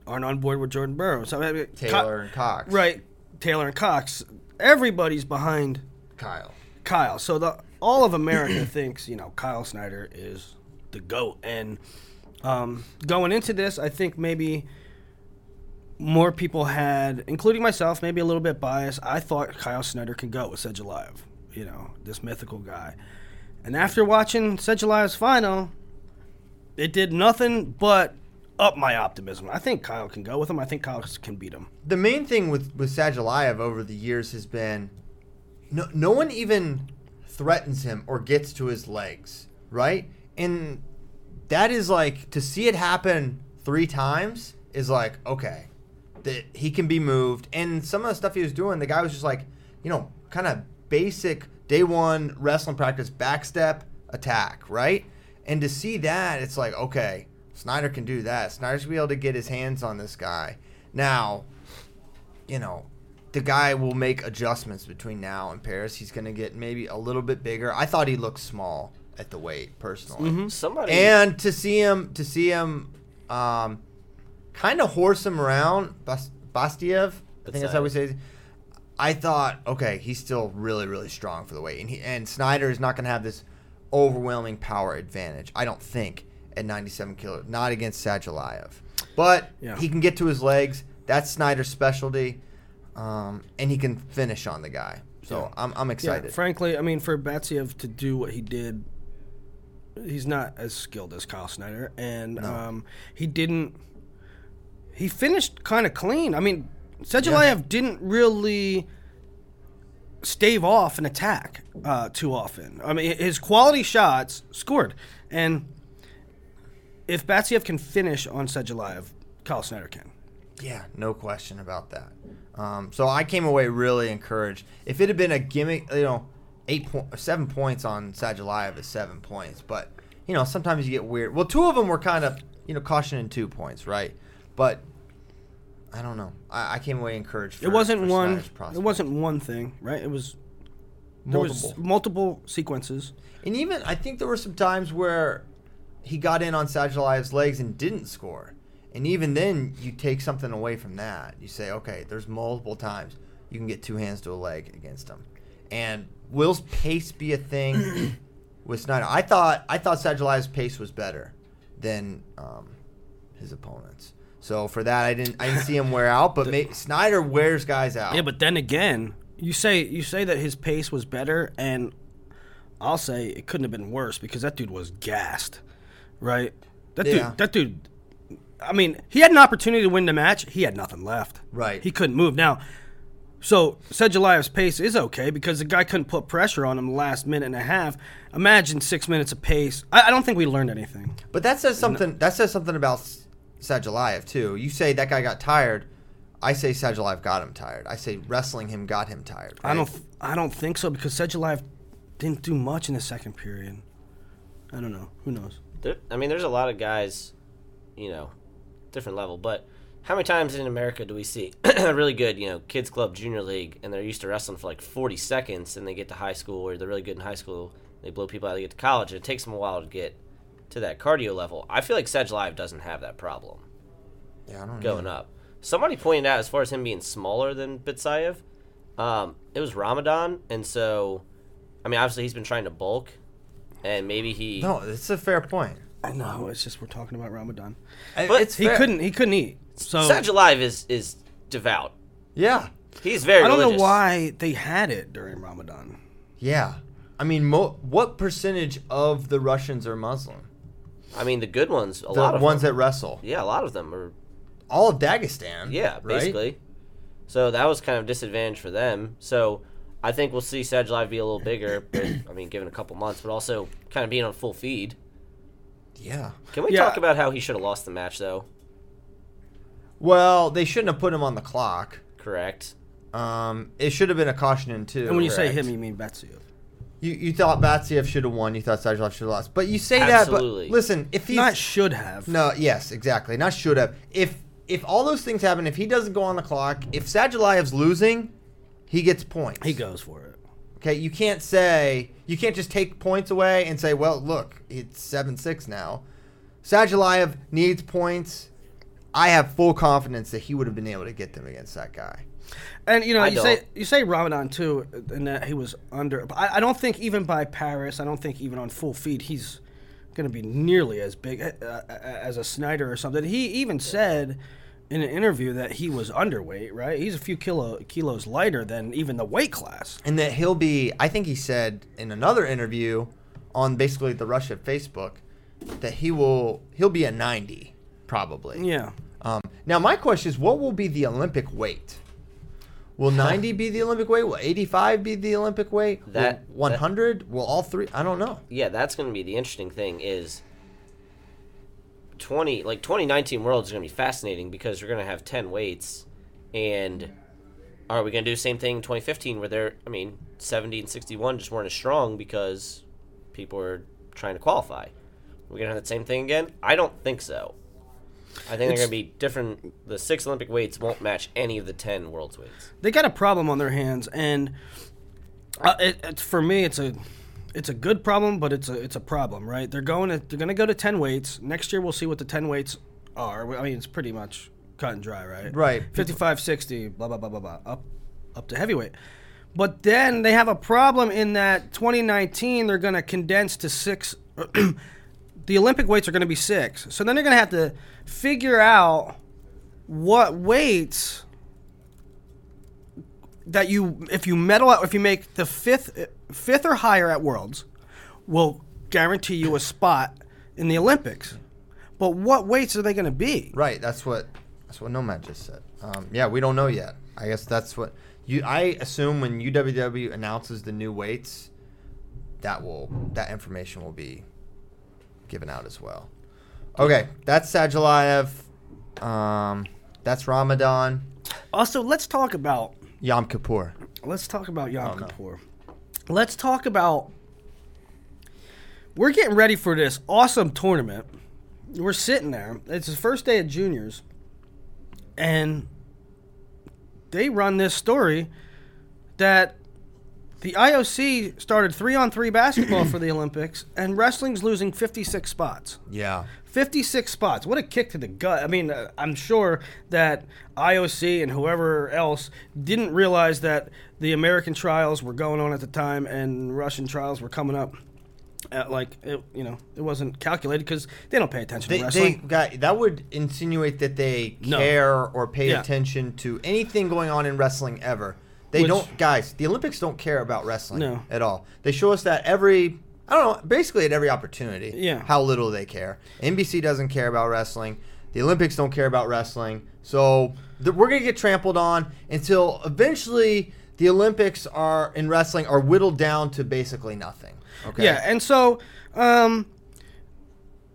B: aren't on board with Jordan Burrow. So I mean, Ky-
A: Taylor and Cox.
B: right? Taylor and Cox. Everybody's behind
A: Kyle.
B: Kyle. So the all of America [CLEARS THROAT] thinks you know Kyle Snyder is the goat, and um, going into this, I think maybe more people had, including myself, maybe a little bit biased. I thought Kyle Snyder could go with Sedge Alive, you know, this mythical guy. And after watching Sedge Alive's final, it did nothing but up my optimism. I think Kyle can go with him. I think Kyle can beat him.
A: the main thing with with Sagalayev over the years has been no no one even threatens him or gets to his legs, right? And that is like to see it happen three times is like okay, that he can be moved. And some of the stuff he was doing, the guy was just like you know kind of basic day one wrestling practice, backstep attack, right? And to see that, it's like okay, Snyder can do that. Snyder's gonna be able to get his hands on this guy now you know, the guy will make adjustments between now and Paris. He's going to get maybe a little bit bigger. I thought he looked small at the weight personally.
B: Mm-hmm.
D: Somebody
A: And to see him to see him um, kind of horse him around Bas- Bastiev, I think that's how we say it. I thought, okay, he's still really, really strong for the weight, and he and Snyder is not going to have this overwhelming power advantage. I don't think at 97 kilo, not against Sajalayev, but
B: Yeah.
A: he can get to his legs. That's Snyder's specialty, um, and he can finish on the guy. So I'm, I'm excited.
B: Yeah, frankly, I mean, for Batsiev to do what he did, he's not as skilled as Kyle Snyder, and um, he didn't. He finished kind of clean. I mean, Sedgelayev didn't really stave off an attack uh, too often. I mean, his quality shots scored, and if Batsiev can finish on Sedgelayev, Kyle Snyder can.
A: Yeah, no question about that. Um, so I came away really encouraged. If it had been a gimmick, you know, eight point, seven points on Sagalayev is seven points, but you know sometimes you get weird. Well, two of them were kind of you know cautioning two points, right? But I don't know. I, I came away encouraged. For,
B: it wasn't
A: for
B: one.
A: Snyder's
B: It
A: prospect.
B: wasn't one thing, right? It was there
A: multiple.
B: was multiple sequences.
A: and even I think there were some times where he got in on Sagelayev's legs and didn't score. And even then, you take something away from that. You say, okay, there's multiple times you can get two hands to a leg against him. And will's pace be a
B: [CLEARS THROAT]
A: thing with Snyder? I thought I thought Sagelayev's pace was better than um, his opponents. So for that, I didn't I didn't see him wear out. But may, Snyder wears guys out.
B: Yeah, but then again, you say you say that his pace was better, and I'll say it couldn't have been worse because that dude was gassed, right? That
A: Yeah.
B: dude, that dude. I mean, he had an opportunity to win the match. He had nothing left.
A: Right.
B: He couldn't move now. So Sedgelayev's pace is okay because the guy couldn't put pressure on him the last minute and a half. Imagine six minutes of pace. I, I don't think we learned anything.
A: But that says something. That says something about S- Sagalayev too. You say that guy got tired. I say Sagalayev got him tired. I say wrestling him got him tired.
B: I
A: right?
B: don't. th- I don't think so because Sedgelive didn't do much in the second period. I don't know. Who knows?
D: There, I mean, there's a lot of guys, you know, different level, but how many times in America do we see [CLEARS THROAT] really good, you know, kids club, junior league, and they're used to wrestling for like 40 seconds, and they get to high school, or they're really good in high school, they blow people out, they get to college, and it takes them a while to get to that cardio level. I feel like Sedge Live doesn't have that problem
A: Yeah, I don't know.
D: going up. Somebody pointed out as far as him being smaller than Bitsayev, um, it was Ramadan, and so, I mean, obviously he's been trying to bulk, and maybe he
A: No, it's a fair point.
B: I know. It's just we're talking about Ramadan.
A: I-
D: But
A: it's
B: He
A: fair.
B: couldn't. He couldn't eat. So
D: Sage Alive is is devout.
A: Yeah,
D: He's very.
B: I don't know
D: religious.
B: why they had it during Ramadan.
A: yeah. I mean, mo- what percentage of the Russians are Muslim?
D: I mean, the good ones, a
A: The
D: lot of
A: ones
D: them.
A: that wrestle.
D: yeah, a lot of them are.
A: All of Dagestan.
D: Yeah,
A: right?
D: basically. So that was kind of a disadvantage for them. So I think we'll see Sage Alive be a little bigger. [COUGHS] but, I mean, given a couple months, but also kind of being on full feed.
A: Yeah.
D: Can we
B: Yeah.
D: talk about how he should have lost the match though?
A: Well, they shouldn't have put him on the clock.
D: Correct.
A: Um, it should have been a caution in two.
B: And when you say
D: Correct.
B: him, you mean Betsy.
A: You, you thought Batsiev should have won. You thought Sajilov should have lost. But you say that,
D: Absolutely.
A: but listen, if he's
B: Not should have.
A: no, yes, exactly, not should have. If if all those things happen, if he doesn't go on the clock, if Sajilev's losing, he gets points.
B: He goes for it.
A: Okay, you can't say you can't just take points away and say, well, look, it's seven six now. Sajalayev needs points. I have full confidence that he would have been able to get them against that guy.
B: And you know,
D: I
B: you say
D: don't.
B: you say Ramadan too, and that he was under. But I, I don't think even by Paris, I don't think even on full feed, he's going to be nearly as big uh, uh, as a Snyder or something. He even said in an interview that he was underweight. Right? He's a few kilo kilos lighter than even the weight class.
A: and that he'll be i think he said in another interview on basically the russia facebook that he will he'll be a 90 probably
B: Yeah.
A: um, now my question is what will be the olympic weight will 90 be the olympic weight will 85 be the olympic weight Will
D: That- that-
A: 100 will all three i don't know
D: Yeah, that's going to be the interesting thing is 20 like 2019 world is going to be fascinating because you're going to have 10 weights and are we going to do the same thing in 2015 where they're I mean 70 and 61 just weren't as strong because people were trying to qualify. We're going to have the same thing again? I don't think so. I think they're going to be different. The six Olympic weights won't match any of the 10 world's weights.
B: they got a problem on their hands, and uh, it, it's for me, it's a it's a good problem, but it's a it's a problem, right? They're going to they're going to go to ten weights next year. We'll see what the ten weights are. I mean, it's pretty much cut and dry, right?
A: Right.
B: 55, 60, blah blah blah blah blah, up up to heavyweight. But then they have a problem in that 2019 they're going to condense to six. [CLEARS THROAT] the Olympic weights are going to be six, so then they're going to have to figure out what weights that you if you medal out if you make the fifth fifth or higher at worlds will guarantee you a spot in the olympics but what weights are they going to be
A: right that's what that's what nomad just said um, yeah we don't know yet i guess that's what you i assume when uww announces the new weights that will that information will be given out as well. Okay, that's Sajalayev. Um, that's Ramadan.
B: also let's talk about
A: Yom Kippur.
B: let's talk about yom kippur let's talk about we're getting ready for this awesome tournament we're sitting there it's the first day of juniors and they run this story that the IOC started three on three basketball for the Olympics, and wrestling's losing 56 spots.
A: Yeah.
B: 56 spots. What a kick to the gut. I mean, uh, I'm sure that IOC and whoever else didn't realize that the American trials were going on at the time and Russian trials were coming up. At like, it, you know, it wasn't calculated because they don't pay attention
A: They,
B: to
A: they
B: wrestling.
A: got that would insinuate that they
B: No.
A: care or pay
B: Yeah.
A: attention to anything going on in wrestling ever. They
B: Which-
A: don't, guys. The Olympics don't care about wrestling
B: No.
A: at all. They show us that every, I don't know, basically at every opportunity.
B: Yeah.
A: How little they care. NBC doesn't care about wrestling. The Olympics don't care about wrestling. So th- we're gonna get trampled on until eventually the Olympics are in wrestling are whittled down to basically nothing. Okay.
B: Yeah, and so um,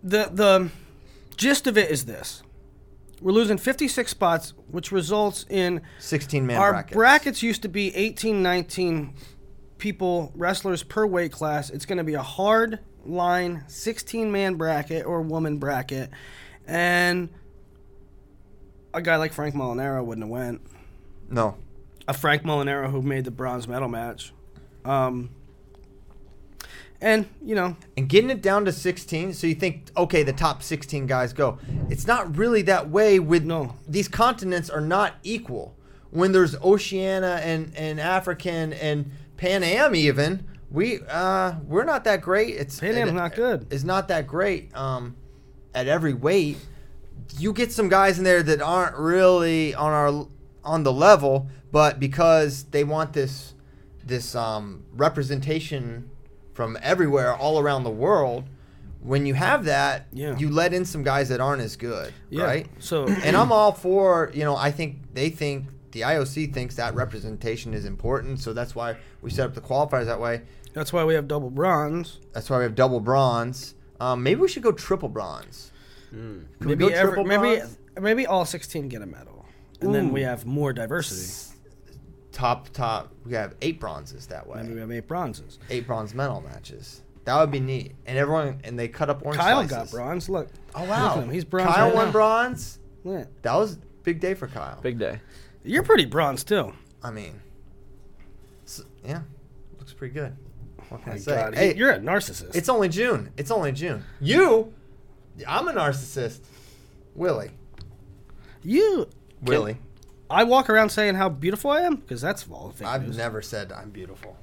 B: the the gist of it is this: we're losing 56 spots, which results in
A: Sixteen man
B: our
A: brackets.
B: used to be 18, 19 people wrestlers per weight class. It's going to be a hard line 16 man bracket or woman bracket, and a guy like Frank Molinaro wouldn't have went.
A: no.
B: A Frank Molinaro who made the bronze medal match. Um, and you know
A: and getting it down to 16 so you think okay the top 16 guys go it's not really that way with
B: No.
A: these continents are not equal when there's oceania and, and african and pan am even we uh we're not that great it's
B: Pan Am's
A: it-
B: not good.
A: it's not that great um at every weight you get some guys in there that aren't really on our on the level but because they want this this um, representation from everywhere all around the world when you have that
B: Yeah.
A: you let in some guys that aren't as good
B: Yeah,
A: right [CLEARS THROAT]
B: so-
A: and i'm all for you know i think they think the ioc thinks that representation is important so that's why we set up the qualifiers that way
B: that's why we have double bronze.
A: that's why we have double bronze um, maybe we should go triple bronze Can we
B: Maybe
A: go
B: every,
A: triple
B: maybe
A: bronze?
B: maybe all 16 get a medal, and then we have more diversity.
A: Top, top. We have eight bronzes that way.
B: Maybe we have eight bronzes.
A: Eight bronze medal matches. That would be neat. And everyone, and they cut up orange
B: Kyle
A: slices.
B: got bronze. Look.
A: Oh
B: Look
A: wow,
B: at him. He's bronze.
A: Kyle
B: right
A: won
B: now.
A: bronze.
B: Yeah.
A: That was a big day for Kyle.
C: Big day.
B: You're pretty bronze too.
A: I mean, s yeah, looks pretty good. What can I say?
B: Oh God,
A: hey,
B: you're a narcissist.
A: it's only June. It's only June. You, I'm a narcissist. Willie,
B: you.
A: Willie,
B: I walk around saying how beautiful I am because that's all fake
A: I've
B: news.
A: never said I'm beautiful,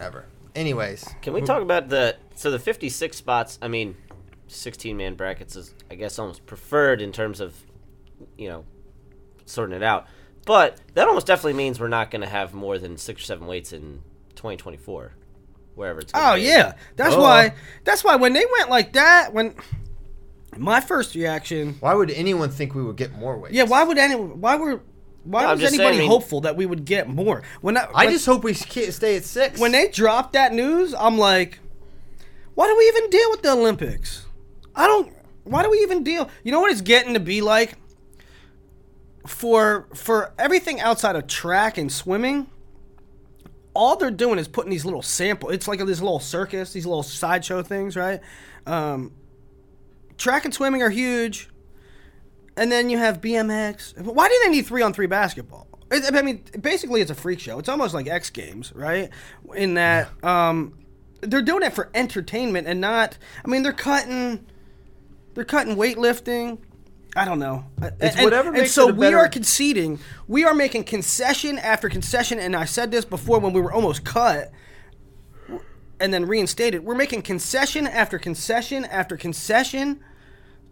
A: ever. Anyways,
D: Can we talk about the so the 56 spots? I mean, 16 man brackets is I guess almost preferred in terms of you know sorting it out, but that almost definitely means we're not going to have more than six or seven weights in 2024, wherever it's. Gonna
B: Oh
D: be.
B: yeah, that's
A: Oh.
B: why. That's why when they went like that, when my first reaction,
A: why would anyone think we would get more weight?
B: yeah, why would any, why were, why
D: No, I'm
B: was
D: just
B: anybody
D: saying, I mean-
B: hopeful that we would get more? When I,
A: I
B: when-
A: just hope we s- can't stay at six.
B: when they dropped that news, I'm like, why do we even deal with the Olympics? I don't. Why do we even deal? You know what it's getting to be like. For for everything outside of track and swimming, all they're doing is putting these little sample. It's like this little circus, these little sideshow things, right? Um, track and swimming are huge, and then you have BMX. Why do they need three on three basketball? It- I mean, basically, it's a freak show. It's almost like X Games, right? In that um, they're doing it for entertainment and not. I mean, they're cutting, they're cutting weightlifting. I don't know. It's
A: whatever
B: And,
A: makes
B: so
A: it a
B: we
A: better-
B: are conceding. We are making concession after concession, and I said this before when we were almost cut and then reinstated. We're making concession after concession after concession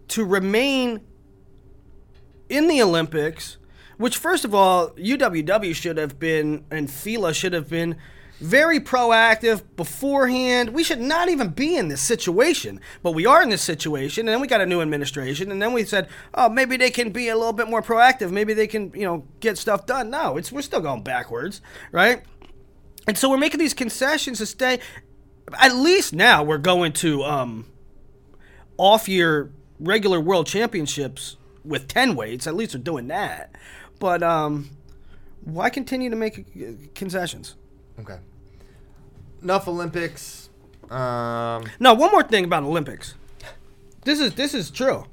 B: to remain in the Olympics, which, first of all, UWW should have been and FILA should have been very proactive beforehand. We should not even be in this situation, but we are in this situation. And then we got a new administration, and then we said, oh, maybe they can be a little bit more proactive. Maybe they can, you know, get stuff done. No, it's we're still going backwards, right? And so we're making these concessions to stay. At least now we're going to um, off year regular world championships with 10 weights. At least we're doing that. But um, why continue to make uh, concessions?
A: okay, enough Olympics. Um,
B: No, one more thing about Olympics. This is this is true.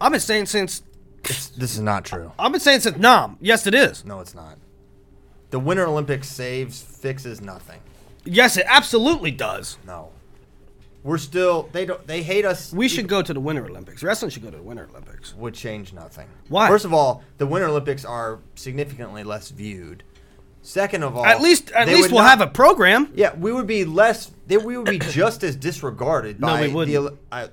B: I've been saying since
A: this is not true.
B: I've been saying since Nam. Yes, it is.
A: No, it's not. The Winter Olympics saves, fixes nothing.
B: Yes, it absolutely does.
A: No. We're still they don't they hate us.
B: We should go to the Winter Olympics. Wrestling should go to the Winter Olympics.
A: would change nothing.
B: Why?
A: First of all, the Winter Olympics are significantly less viewed. Second of all,
B: At least at
A: they
B: least
A: would
B: we'll
A: not-
B: have a program.
A: Yeah, we would be less. They, we would
B: [COUGHS]
A: be just as disregarded.
B: No,
A: By
B: we wouldn't.
A: The, Oli- I,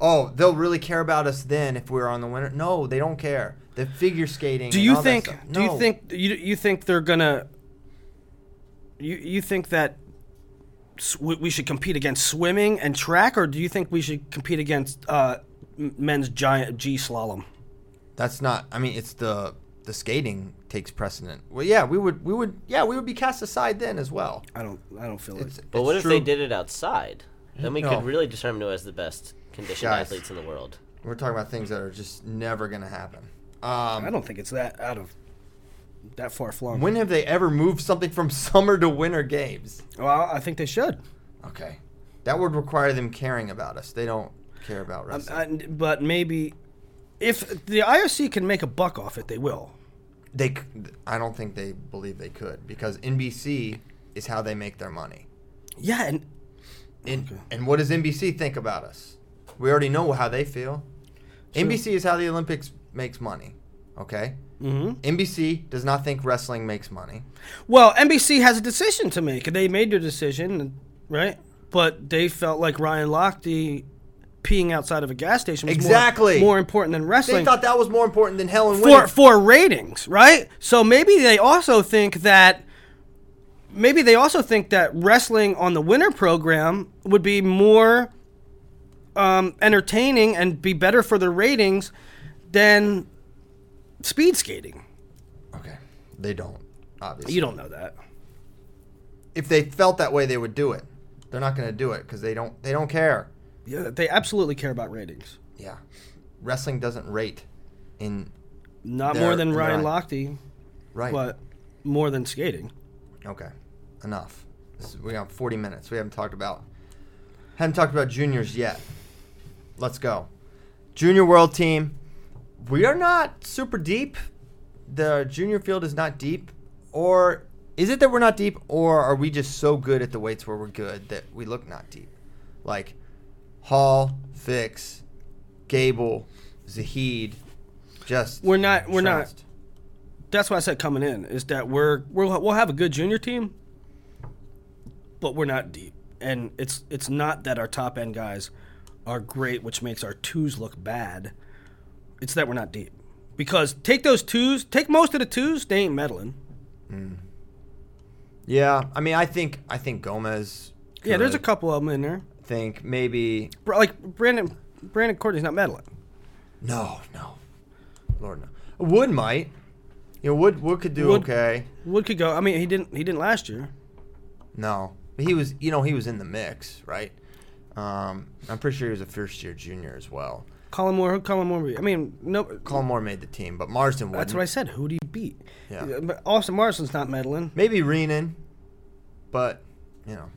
A: oh, they'll really care about us then if we are on the winter. No, they don't care. The figure skating.
B: Do
A: and
B: you
A: all that
B: think?
A: stuff-
B: Do you
A: No.
B: think? You you think they're gonna? You you think that sw- we should compete against swimming and track, or do you think we should compete against uh, m- men's giant G slalom?
A: That's not. I mean, it's the the skating takes precedent. Well, yeah, we would we would yeah we would be cast aside then as well.
B: I don't I don't feel
A: It's,
B: it.
D: But
A: it's
D: what if
A: true.
D: they did it outside? Then we
A: No.
D: could really determine who has the best conditioned
A: Guys.
D: athletes in the world.
A: We're talking about things that are just never gonna happen.
B: I don't think it's that out of that far flung.
A: um, When have they ever moved something from [LAUGHS] summer to winter games?
B: well, I think they should.
A: Okay, that would require them caring about us. They don't care about wrestling.
B: I, Uh, but maybe if the IOC can make a buck off it, they will.
A: they, c- I don't think they believe they could because NBC is how they make their money.
B: Yeah, and
A: And, and what does NBC think about us? We already know how they feel. NBC is how the Olympics makes money. Okay. Mm-hmm. NBC does not think wrestling makes money.
B: Well, NBC has a decision to make, and they made their decision, right? But they felt like Ryan Lochte peeing outside of a gas station was more-
A: Exactly.
B: more, important than
A: They
B: wrestling
A: thought that was more important than Helen
B: for
A: Winter.
B: for ratings, right? So maybe they also think that maybe they also think that wrestling on the winter program would be more um, entertaining and be better for their ratings than speed skating.
A: okay. They don't. Obviously.
B: You don't know that.
A: If they felt that way, they would do it. They're not going to do it because they don't. They don't care.
B: Yeah, they absolutely care about ratings.
A: Yeah. wrestling doesn't rate in
B: Not
A: They're
B: more than Ryan
A: not.
B: Lochte,
A: right.
B: but more than skating.
A: Okay, enough. This is, we got 40 minutes. We haven't talked about haven't talked about juniors yet. Let's go. Junior world team. We are not super deep. The junior field is not deep, or is it that we're not deep, or are we just so good at the weights where we're good that we look not deep? Like Hall, Fix, Gable, Zahid, just
B: We're not- we're not-
A: trounced.
B: That's why I said coming in is that we're, we're we'll have a good junior team, but we're not deep, and it's it's not that our top end guys are great, which makes our twos look bad. It's that we're not deep because take those twos, take most of the twos, they ain't meddling.
A: Yeah, I mean, I think I think Gomez.
B: Yeah, there's a
A: could
B: couple of them in there.
A: Think maybe
B: Br- Like Brandon Brandon Courtney's not meddling.
A: No, no. Lord, no. Wood might. You know, Wood Wood could do
B: Wood-
A: okay.
B: Wood could go. I mean, he didn't. He didn't last year.
A: No, but he was. You know, he was in the mix, right? Um, I'm pretty sure he was a first year junior as well.
B: Colin Moore. who Colin Moore. be? I mean, no.
A: Colin Moore made the team, but Marsden would.
B: that's what I said. Who do you beat? Uh,
A: Yeah.
B: But Austin Morrison's not meddling.
A: Maybe Renan, but you know,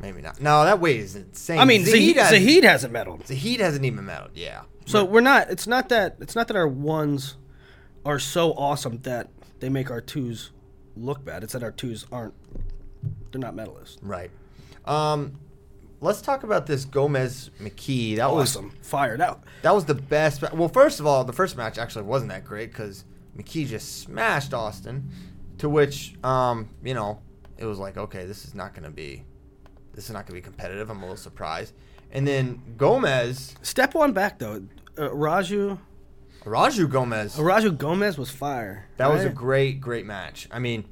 A: maybe not. No, that way is insane.
B: I mean, Zahid,
A: hasn't-
B: Zahid hasn't meddled.
A: Zahid hasn't even meddled. Yeah.
B: So we're not. It's not that. It's not that our ones are so awesome that they make our twos look bad. It's that our twos aren't. They're not medalists.
A: Right. Um, let's talk about this Gomez McKee. That was
B: Awesome. Fired out.
A: That was the best. ma- Well, first of all, the first match actually wasn't that great because McKee just smashed Austin, to which, um, you know, it was like, okay, this is not going to be, this is not going to be competitive. I'm a little surprised. And then Gomez,
B: Step one back though. Uh, Raju.
A: Raju Gomez,
B: Raju Gomez was fire.
A: that was a
B: right?
A: great, great match. I mean,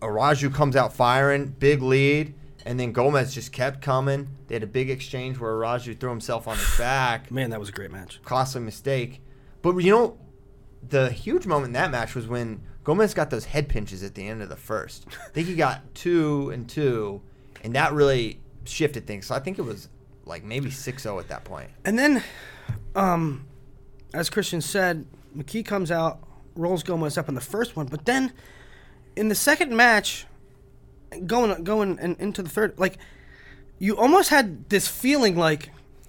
A: Araju comes out firing, big lead, and then Gomez just kept coming. They had a big exchange where Araju threw himself on his back.
B: man. That was a great match.
A: costly mistake. But you know, the huge moment in that match was when Gomez got those head pinches at the end of the first. I think he got two and two, and that really shifted things. So I think it was like maybe 6-0 at that point.
B: And then, um, as Christian said, McKee comes out, rolls Gomez up in the first one, but then in the second match, going going and into the third, like you almost had this feeling like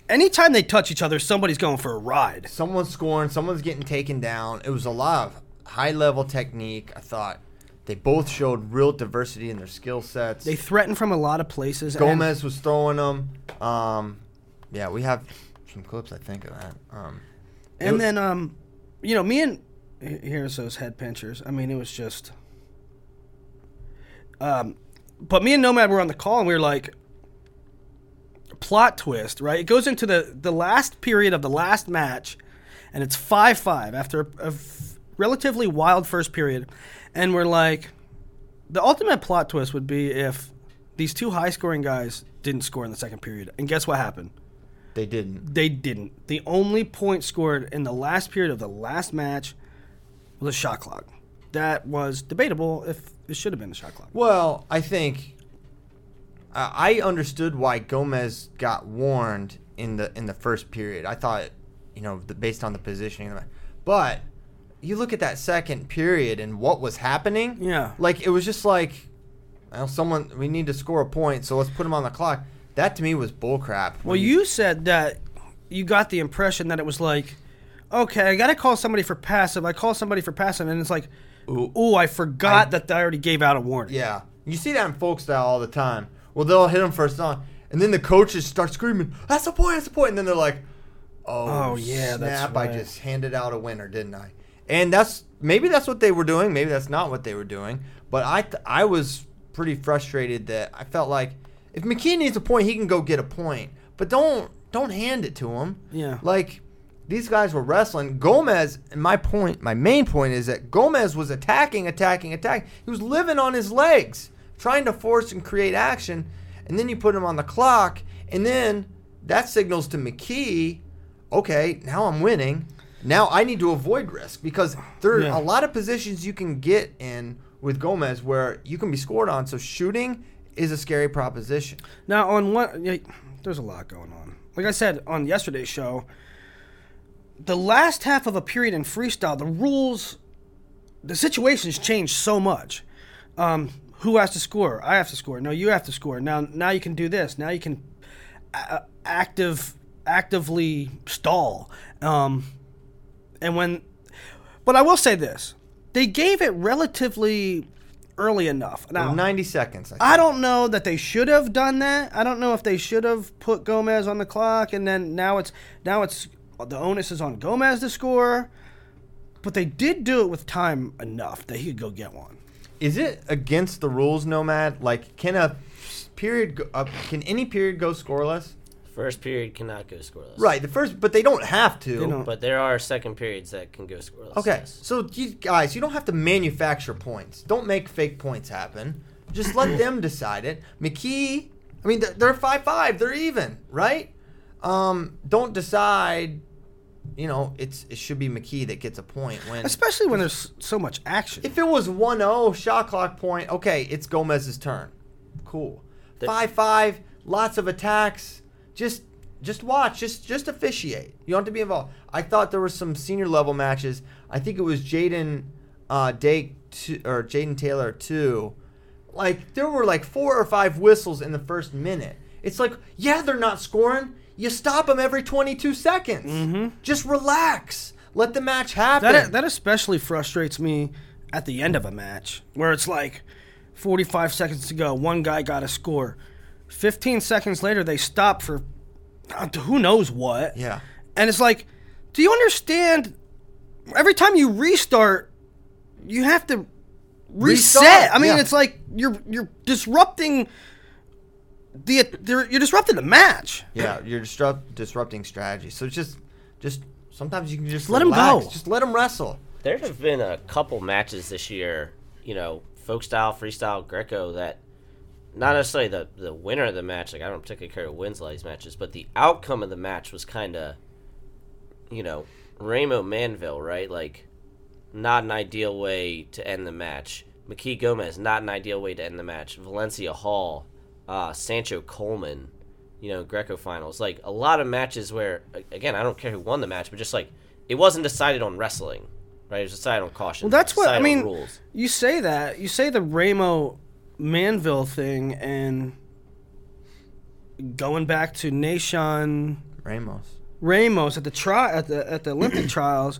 B: anytime they touch each other, somebody's going for a ride.
A: Someone's scoring, someone's getting taken down. It was a lot of high level technique. I thought they both showed real diversity in their skill sets.
B: They threaten from a lot of places. and-
A: Gomez was throwing them. Um, yeah, we have some clips I think of that. Um,
B: And then, um, you know, me and he- here's those head pinchers. I mean, it was just. Um, but me and Nomad were on the call, and we were like, plot twist, right? It goes into the the last period of the last match, and it's five five after a, a f- relatively wild first period, and we're like, the ultimate plot twist would be if these two high scoring guys didn't score in the second period, and guess what happened?
A: they didn't.
B: They didn't. The only point scored in the last period of the last match was a shot clock. That was debatable if it should have been a shot clock.
A: Well, I think uh, I understood why Gomez got warned in the in the first period. I thought, you know, the, based on the positioning, of the- but you look at that second period and what was happening.
B: Yeah.
A: like it was just like, well, someone we need to score a point, so let's put him on the clock. That to me was bullcrap.
B: Well, you said that you got the impression that it was like, okay, I got to call somebody for passive. I call somebody for passive, and it's like, oh, I forgot that I already gave out a warning.
A: Yeah, you see that in folk style all the time. Well, they'll hit him first on, and then the coaches start screaming, "That's a point! That's a point!" And then they're like, "Oh,
B: Oh, yeah,
A: snap!
B: that's
A: I
B: right.
A: just handed out a winner, didn't I?" And that's maybe that's what they were doing. Maybe that's not what they were doing. But I th- I was pretty frustrated that I felt like if McKee needs a point, he can go get a point. But don't don't hand it to him.
B: Yeah.
A: like. These guys were wrestling. Gomez, and my point, my main point is that Gomez was attacking, attacking, attacking. He was living on his legs, trying to force and create action, and then you put him on the clock, and then that signals to McKee, okay, now I'm winning. Now I need to avoid risk because there are
B: Yeah.
A: a lot of positions you can get in with Gomez where you can be scored on. So shooting is a scary proposition.
B: Now, on one, yeah, there's a lot going on. Like I said on yesterday's show, the last half of a period in freestyle, the rules, the situations change so much. Um, who has to score? I have to score. No, you have to score. Now, now you can do this. Now you can a- active, actively stall. Um, and when, but I will say this: they gave it relatively early enough. Now,
A: Ninety seconds. I think.
B: I don't know that they should have done that. I don't know if they should have put Gomez on the clock, and then now it's now it's the onus is on Gomez to score. But they did do it with time enough that he could go get one.
A: Is it against the rules, Nomad? Like, can a period, go, uh, can any period go scoreless?
D: First period cannot go scoreless.
A: Right. The first, but they don't have to.
B: don't.
D: But there are second periods that can go scoreless.
A: Okay,
D: yes.
A: so you guys, you don't have to manufacture points. Don't make fake points happen. Just let [LAUGHS] them decide it. McKee, I mean, they're, they're five five. They're even, right? Um, don't decide. You know, it's it should be McKee that gets a point when.
B: Especially when there's so much action.
A: If it was 1-0 shot clock point, okay, it's Gomez's turn. Cool. Five five, lots of attacks. Just just watch, just just officiate. You don't have to be involved. I thought there were some senior level matches. I think it was Jaden uh, Dake two, or Jaden Taylor too. Like there were like four or five whistles in the first minute. It's like yeah, they're not scoring. You stop them every 22 seconds. Just relax. Let the match happen.
B: Mm-hmm. That that especially frustrates me at the end of a match where it's like 45 seconds to go, one guy got a score. 15 seconds later, they stop for uh, who knows what.
A: Yeah.
B: And it's like, do you understand? Every time you restart, you have to reset.
A: Restart,
B: I mean,
A: yeah.
B: it's like you're you're disrupting the you're you're disrupting the match.
A: Yeah, you're disrupt, disrupting strategy. So it's just, just sometimes you can just
B: Let 'em
A: relax.
B: go.
A: Just let them wrestle.
D: there have been a couple matches this year, you know, folk style, freestyle, Greco, that not necessarily the, the winner of the match, like I don't particularly care who wins a lot of these matches, but the outcome of the match was kind of, you know, Ramo Manville, right? Like, not an ideal way to end the match. McKee Gomez, not an ideal way to end the match. Valencia Hall, uh, Sancho Coleman, you know, Greco finals. Like, a lot of matches where, a- again, I don't care who won the match, but just like, it wasn't decided on wrestling, right? It was decided on caution.
B: Well, that's what I
D: decided on
B: mean.
D: Rules.
B: You say that you say the Ramo Manville thing, and going back to Nation
A: Ramos.
B: Ramos at the tri- at the at the Olympic [CLEARS THROAT] trials.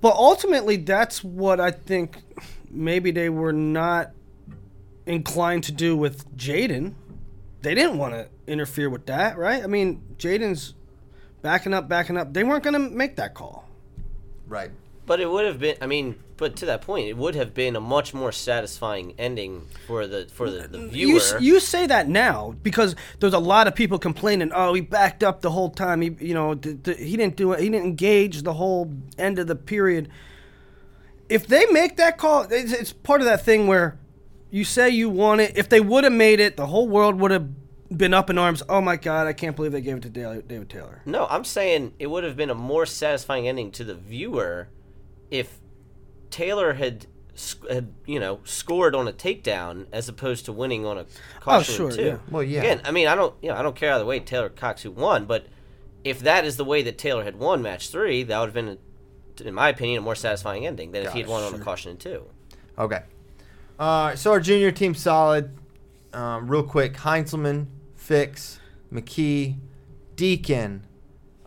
B: But ultimately, that's what I think. Maybe they were not inclined to do with Jaden. They didn't want to interfere with that, right? I mean, Jaden's backing up, backing up. They weren't going to make that call.
A: Right.
D: But it would have been. I mean, but to that point, it would have been a much more satisfying ending for the for the, the viewer.
B: You, s- you say that now because there's a lot of people complaining. Oh, he backed up the whole time. He you know d d he didn't do it. He didn't engage the whole end of the period. If they make that call, it's, it's part of that thing where you say you want it. If they would have made it, the whole world would have been up in arms. Oh my God, I can't believe they gave it to Dale- David Taylor.
D: No, I'm saying it would have been a more satisfying ending to the viewer if Taylor had, sc- had you know, scored on a takedown as opposed to winning on a caution
B: Oh, sure,
D: too.
B: yeah.
A: Well, yeah.
D: Again, I mean, I don't, you know, I don't care either way Taylor Cox who won, but if that is the way that Taylor had won match three, that would have been, in my opinion, a more satisfying ending than if he had won on a caution too.
A: Okay. Uh, so our junior team solid. Um, real quick, Heinzelman, Fix, McKee, Deacon.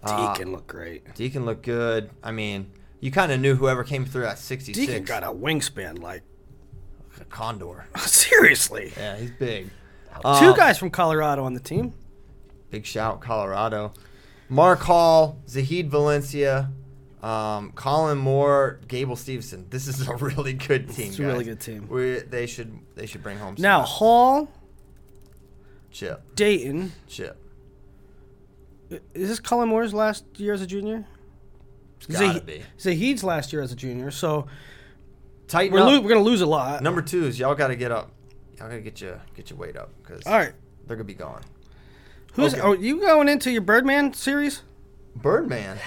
B: Deacon looked great.
A: Deacon looked good. I mean, you kind of knew whoever came through at 66.
B: Deacon got a wingspan like [LAUGHS]
A: a condor.
B: seriously.
A: Yeah, he's big. Uh,
B: Two guys from Colorado on the team.
A: Big shout, Colorado. Mark Hall, Zahid Valencia, um, Colin Moore, Gable Stevenson. This is a really good team.
B: It's a really
A: guys.
B: good team.
A: We, they should they should bring home some
B: Now Hall,
A: chip
B: Dayton.
A: chip.
B: Is this Colin Moore's last year as a junior?
A: It's gotta be.
B: Zahid's last year as a junior, so
A: Tighten
B: we're,
A: up.
B: lo- we're gonna lose a lot.
A: Number twos, y'all gotta get up. Y'all gotta get your get your weight up because
B: All right,
A: they're gonna be gone.
B: who's are you going into your Birdman series? [LAUGHS]
A: Birdman.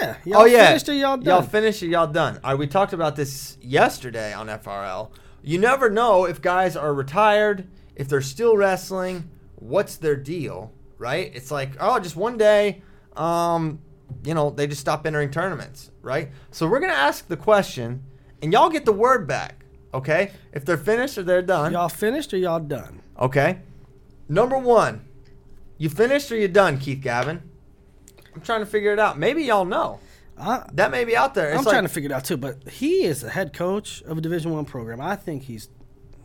B: Yeah.
A: oh yeah,
B: Finished or y'all done?
A: finished or y'all done. All right, we talked about this yesterday on FRL. You never know if guys are retired, if they're still wrestling. What's their deal, right? It's like, oh, just one day, um, you know, they just stop entering tournaments, right? So we're gonna ask the question, and y'all get the word back, okay? If they're finished or they're done,
B: Y'all finished or y'all done?
A: okay? Number one, you finished or you done, Keith Gavin? I'm trying to figure it out. Maybe y'all know.
B: I,
A: That may be out there. It's
B: I'm
A: like-
B: trying to figure it out too, but he is the head coach of a Division One program. I think he's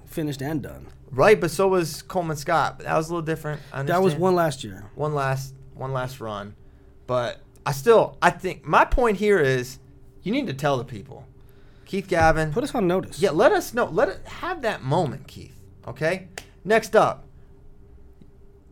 B: finished and done.
A: right, but so was Coleman Scott. But that was a little different. I
B: That was
A: understand.
B: one last year.
A: one last one last run. But I still I think my point here is you need to tell the people. Keith Gavin.
B: Put us on notice.
A: yeah, let us know. Let it have that moment, Keith. Okay? Next up.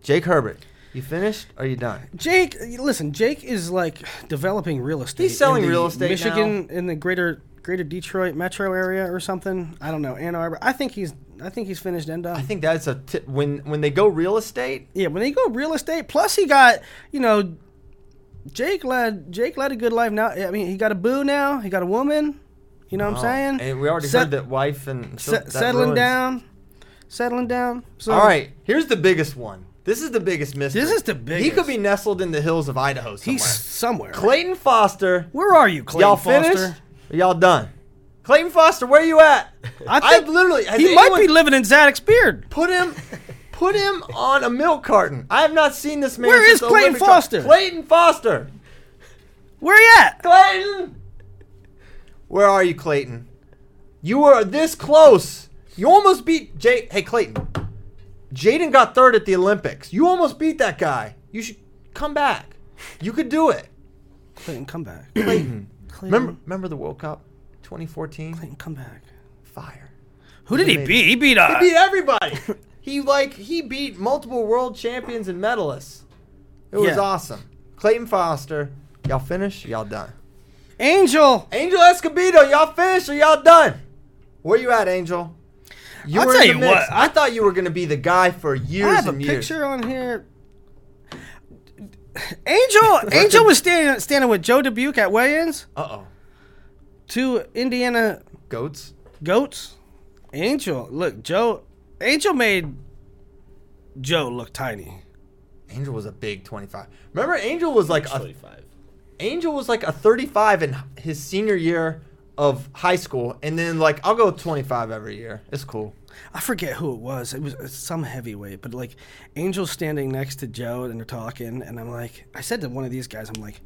A: Jake Herbert. You finished? Are you done?
B: Jake, listen, Jake is like developing real estate.
A: He's selling
B: in the
A: real estate
B: Michigan in the greater greater Detroit metro area or something. I don't know Ann Arbor. I think he's I think he's finished and done.
A: I think that's a tip when when they go real estate,
B: yeah, when they go real estate, plus he got you know, Jake led Jake led a good life. Now I mean he got a boo now. He got a woman. You know what I'm saying?
A: and we already
B: Set-
A: heard that wife and so
B: set-
A: that
B: settling
A: ruins-
B: down, settling down. So
A: All right, here's the biggest one. This is the biggest mystery.
B: This is the
A: He could
B: biggest.
A: be nestled in the hills of Idaho somewhere.
B: he's somewhere.
A: Clayton Foster
B: Where are you, Clayton
A: y'all
B: Foster?
A: finished? Or y'all done? Clayton Foster, where you at?
B: I think
A: literally has
B: he might
A: anyone-
B: be living in Zadok's beard.
A: put him put him on a milk carton. I have not seen this man.
B: Where
A: since
B: is
A: the
B: Clayton
A: Olympic trial.
B: Foster?
A: Clayton Foster.
B: Where you at?
A: Clayton. Where are you, Clayton? You were this close. You almost beat Jay. Hey, Clayton. Jaden got third at the Olympics. You almost beat that guy. You should come back. You could do it.
B: Clayton, come back. [LAUGHS] Clayton,
A: Remember, remember the World Cup, 2014.
B: Clayton, come back.
A: Fire.
B: [COUGHS] Who did he
A: made
B: beat? He beat uh, us.
A: beat everybody. he like he beat multiple world champions and medalists. It was
B: Yeah.
A: awesome. Clayton Foster, y'all finished? Y'all done?
B: Angel.
A: Angel Escobedo, y'all finished or y'all done? Where you at, Angel? You
B: I'll
A: were in
B: tell
A: the
B: you
A: mix.
B: what,
A: I thought you were gonna be the guy for years
B: I have a
A: and years.
B: picture on here.
A: [LAUGHS]
B: Angel Angel was standing standing with Joe Dubuque at weigh-ins.
A: Uh oh,
B: Two Indiana
A: goats.
B: goats. Angel, look, Joe. Angel made Joe look tiny.
A: Angel was a big 25. Remember, Angel was like a
D: 25.
A: Angel was like a 35 in his senior year of high school, and then like I'll go 25 every year. It's cool.
B: I forget who it was. It was uh, some heavyweight, but like Angel's standing next to Joe and they're talking, and I'm like, I said to one of these guys, I'm like,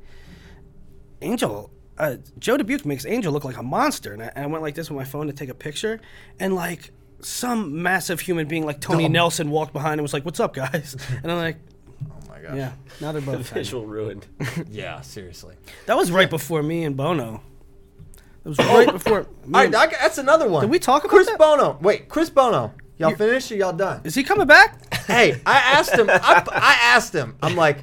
B: Angel, uh, Joe Dubuque makes Angel look like a monster, and I, and I went like this with my phone to take a picture, and like some massive human being like Tony Nelson walked behind and was like, "What's up, guys?" And I'm like,
A: Oh my gosh.
B: "Yeah, now they're both." tiny."
D: [LAUGHS]
B: [LAUGHS]
D: Visual ruined.
A: Yeah, seriously.
B: That was right before me and Bono.
A: [GASPS]
B: It was right before. me
A: All right,
B: and-
A: I, that's another one.
B: Did we talk about
A: Chris
B: that?
A: Bono? Wait, Chris Bono. Y'all finished or y'all done?
B: is he coming back?
A: hey, I asked him. I, I asked him. I'm like,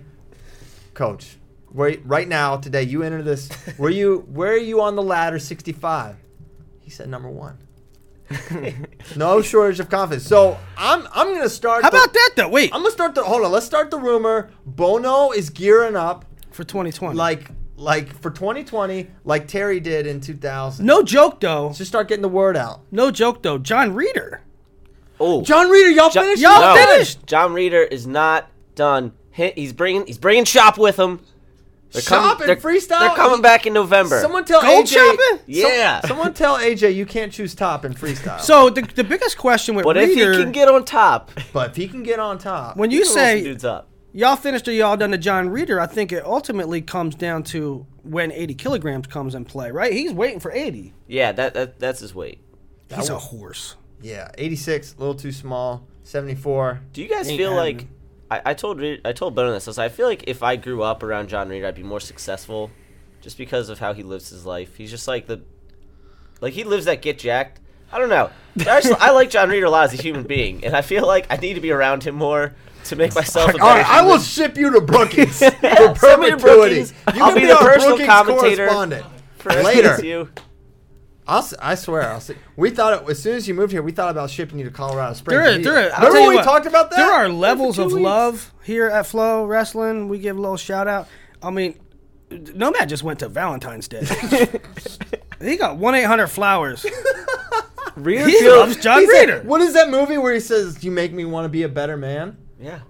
A: Coach, where, right now today you enter this. Were you where are you on the ladder? 65. He said number
B: [LAUGHS]
A: one. no shortage of confidence. So I'm I'm gonna start.
B: How
A: the-
B: about that though? Wait,
A: I'm gonna start the. Hold on. Let's start the rumor. Bono is gearing up
B: for 2020.
A: like like for 2020, like Terry did in 2000.
B: no joke though.
A: Just start getting the word out.
B: No joke though, John Reeder.
D: Oh,
A: John Reader, y'all finished?
B: y'all
D: no.
B: finished!
D: John Reader is not done. He- He's bringing he's bringing shop with him. They're
A: Shop and
D: they're,
A: freestyle?
D: They're coming back in November.
A: Someone tell
B: Gold
A: AJ.
B: shopping?
D: [LAUGHS] Yeah.
A: someone tell AJ you can't choose top in freestyle.
B: So the, the biggest question with
D: but if he
B: Reeder,
D: can get on top,
A: but if he can get on top,
B: when you
D: [LAUGHS] he can roll some
B: say
D: dudes up.
B: y'all finished or y'all done to John Reeder, I think it ultimately comes down to when 80 kilograms comes in play, right? He's waiting for 80.
D: Yeah, that, that that's his weight.
B: He's a horse.
A: yeah, 86, a little too small. 74.
D: Do you guys
B: Ain't
D: feel like
B: happening.
D: I, I told Re- I told Bono this? I, was like, I feel like if I grew up around John Reader, I'd be more successful, just because of how he lives his life. He's just like the, like he lives that get jacked. I don't know. I, just- I like John Reader a lot as a human being, and I feel like I need to be around him more to make myself. a better
A: All right, I
D: human-
A: will ship you to [LAUGHS] Brookings for
D: send me to
A: perpetuity.
D: Brookings.
A: You
D: I'll
A: can
D: be
A: be
D: the
A: our
D: personal
A: Brookings
D: commentator
A: correspondent.
D: for
A: Later,
D: SDSU.
A: I'll, si swear, I'll see. We thought it, as soon as you moved here, we thought about shipping you to Colorado Springs.
B: There are,
A: We-
B: there are, I'll
A: Remember
B: tell you
A: we
B: what,
A: talked about that?
B: There are levels
D: two
B: of
D: weeks.
B: love here at Flow Wrestling. We give a little shout out. I mean, Nomad just went to
A: [LAUGHS]
B: Valentine's Day. he got 1 800 flowers.
D: Reader
B: He
D: feels-
B: loves John
A: He said-
B: Reeder.
A: what is that movie where he says, "You make me want to be a better man"?
D: Yeah.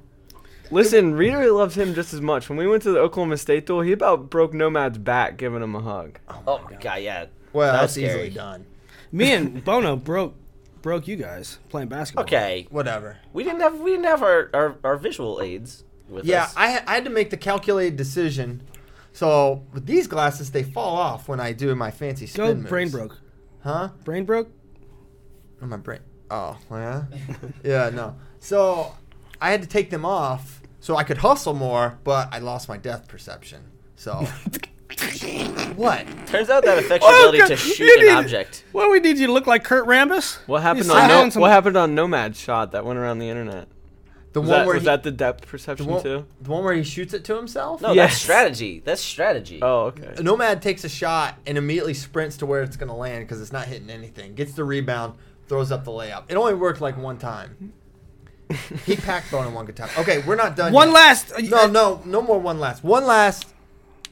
C: Listen, Reader loves him just as much. When we went to the Oklahoma State duel, he about broke Nomad's back giving him a hug.
D: Oh my god, yeah.
A: Well,
D: That
A: that's
D: was scary.
A: easily done.
B: Me and Bono broke broke you guys playing basketball.
D: Okay,
A: Whatever.
D: we didn't have we didn't have our, our, our visual aids with
A: Yeah,
D: us.
A: I, ha- I had to make the calculated decision. So with these glasses, they fall off when I do my fancy spin
B: Go
A: moves.
B: brain broke.
A: Huh?
B: Brain broke?
A: Oh, my brain. Oh,
B: [LAUGHS]
A: yeah. yeah, no. So I had to take them off so I could hustle more, but I lost my depth perception.
B: [LAUGHS]
A: So what?
D: Turns out
A: [LAUGHS] Oh,
D: that affects your ability to shoot an object.
B: Well, we need you to look like Kurt Rambis.
C: What happened
B: I
C: on
B: had
C: no-
B: some-
C: What happened on Nomad's shot that went around the internet?
A: The
C: Was,
A: one
C: that,
A: where
C: was
A: he,
C: that the depth perception
A: the, one,
C: too?
A: the one where he shoots it to himself?
D: No, that's
C: Yes.
D: strategy. That's strategy.
C: Oh, okay.
A: Nomad takes a shot and immediately sprints to where it's going to land because it's not hitting anything. Gets the rebound, throws up the layup. It only worked like one time.
B: [LAUGHS]
A: he packed bone in one good time. Okay, we're not done.
B: One
A: yet.
B: last. uh,
A: No, no, no more one last. One last.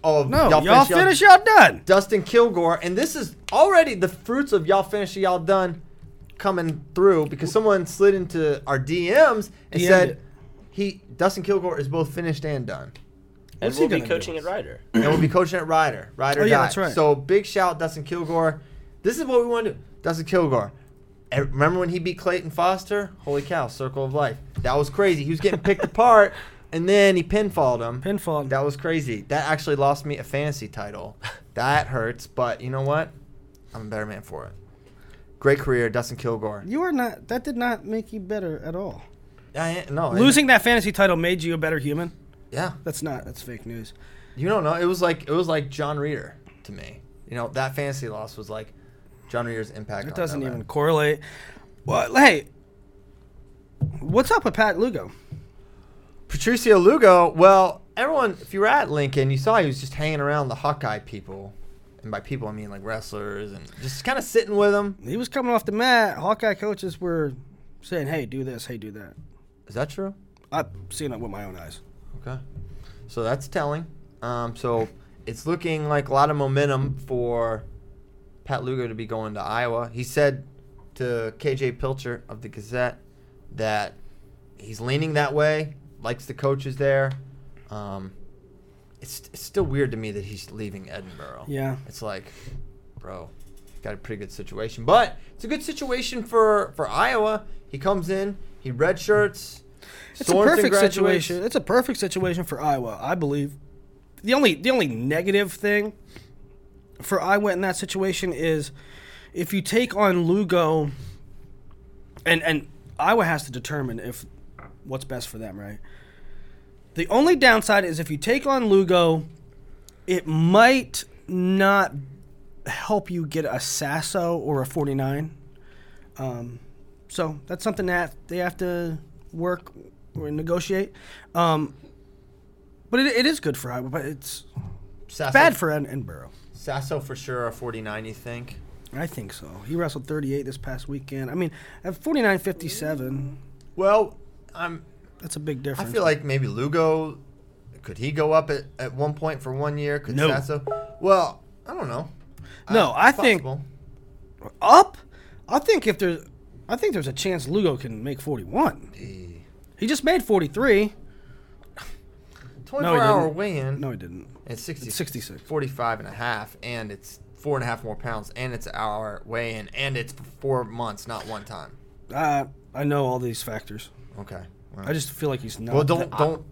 A: Oh,
B: No, y'all, finish, y'all done.
A: Dustin Kilgore, and this is already the fruits of y'all finish y'all done coming through because someone slid into our DMs and
B: DM'd
A: said
B: it.
A: he Dustin Kilgore is both finished and done.
D: and
B: What's he
D: we'll be
B: gonna do?
D: coaching at Ryder.
A: and we'll be coaching at Ryder. Ryder
B: Oh,
A: died.
B: yeah, that's right.
A: So big shout Dustin Kilgore. This is what we want to do. Dustin Kilgore. Eh, Remember when he beat Clayton Foster? Holy cow, circle of life. That was crazy. He was getting
B: [LAUGHS]
A: picked apart and then he pinfalled him.
B: Pinfall.
A: That was crazy. That actually lost me a fantasy title. That hurts, but you know what? I'm a better man for it. Great career, Dustin Kilgore.
B: You are not. That did not make you better at all.
A: I, no, I-
B: Losing that fantasy title made you a better human.
A: yeah,
B: That's not. That's fake news.
A: You don't know. It was like it was like John Reeder to me. You know that fantasy loss was like John Reeder's impact.
B: It
A: on
B: doesn't
A: that
B: even
A: man.
B: correlate. Well, hey, what's up with Pat Lugo?
A: Patricio Lugo. Well, everyone, if you were at Lincoln, you saw he was just hanging around the Hawkeye people, and by people I mean like wrestlers and just kind of sitting with them.
B: He was coming off the mat. Hawkeye coaches were saying, "Hey, do this. Hey, do that."
A: Is that true?
B: I've seen it with my own eyes.
A: Okay. So that's telling. Um, so it's looking like a lot of momentum for Pat Lugo to be going to Iowa. He said to KJ Pilcher of the Gazette that he's leaning that way, likes the coaches there. Um, it's, it's still weird to me that he's leaving Edinburgh.
B: Yeah.
A: It's like, bro, got a pretty good situation. But it's a good situation for, for Iowa. He comes in, he red shirts.
B: It's a perfect situation. It's a perfect situation for Iowa, I believe. The only the only negative thing for Iowa in that situation is if you take on Lugo and and Iowa has to determine if what's best for them, right? The only downside is if you take on Lugo, it might not help you get a Sasso or a 49. Um, so that's something that they have to work or negotiate. Um, but it, it is good for Iowa, but it's
A: Sasso,
B: bad for Ed- Edinburgh.
A: Sasso for sure a 49, you think?
B: I think so. He wrestled 38 this past weekend. I mean, at 49 57,
A: Well, I'm
B: that's a big
A: I
B: difference.
A: feel like maybe Lugo could he go up at, at one point for one year? Could
B: No.
A: Sasso? Well, I don't know.
B: No,
A: Uh,
B: I
A: it's
B: think-
A: possible.
B: up. I think if there's, I think there's a chance Lugo can make 41. He just made 43.
A: 24
B: he
A: hour
B: didn't.
A: weigh in.
B: No, he didn't.
A: It's 60,
B: It's 66.
A: 45 and a half, and it's four and a half more pounds, and it's an hour weigh in, and it's for four months, not one time.
B: Uh, I know all these factors.
A: Okay. Well,
B: I just feel like he's not.
A: well don't
B: that-
A: don't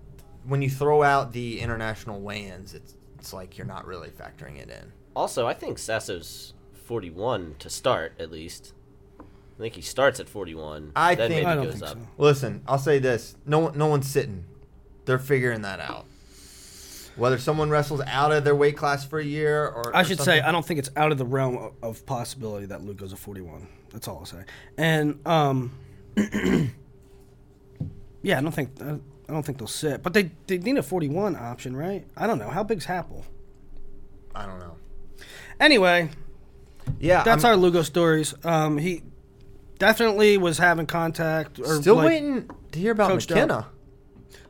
A: when you throw out the international weigh ins, it's it's like you're not really factoring it in.
D: Also, I think Sasso's 41 to start at least. I think he starts at 41.
A: I
D: then
A: think-
D: maybe
B: I don't
D: goes
B: think
D: up.
B: so.
A: Listen, I'll say this: no, one- no one's sitting. They're figuring that out. Whether someone wrestles out of their weight class for a year, or
B: I
A: or
B: should say
A: something.
B: I don't think it's out of the realm o- of possibility that Luke goes a 41. That's all I'll say. And um, [CLEARS THROAT] yeah, I don't think I, I don't think they'll sit, but they they need a 41 option, right? I don't know how big's Happel.
A: I don't know.
B: Anyway,
A: Yeah,
B: that's
A: I'm
B: our Lugo stories. Um, he definitely was having contact. Or
A: still
B: like,
A: waiting to hear about
B: coached
A: McKenna.
B: up.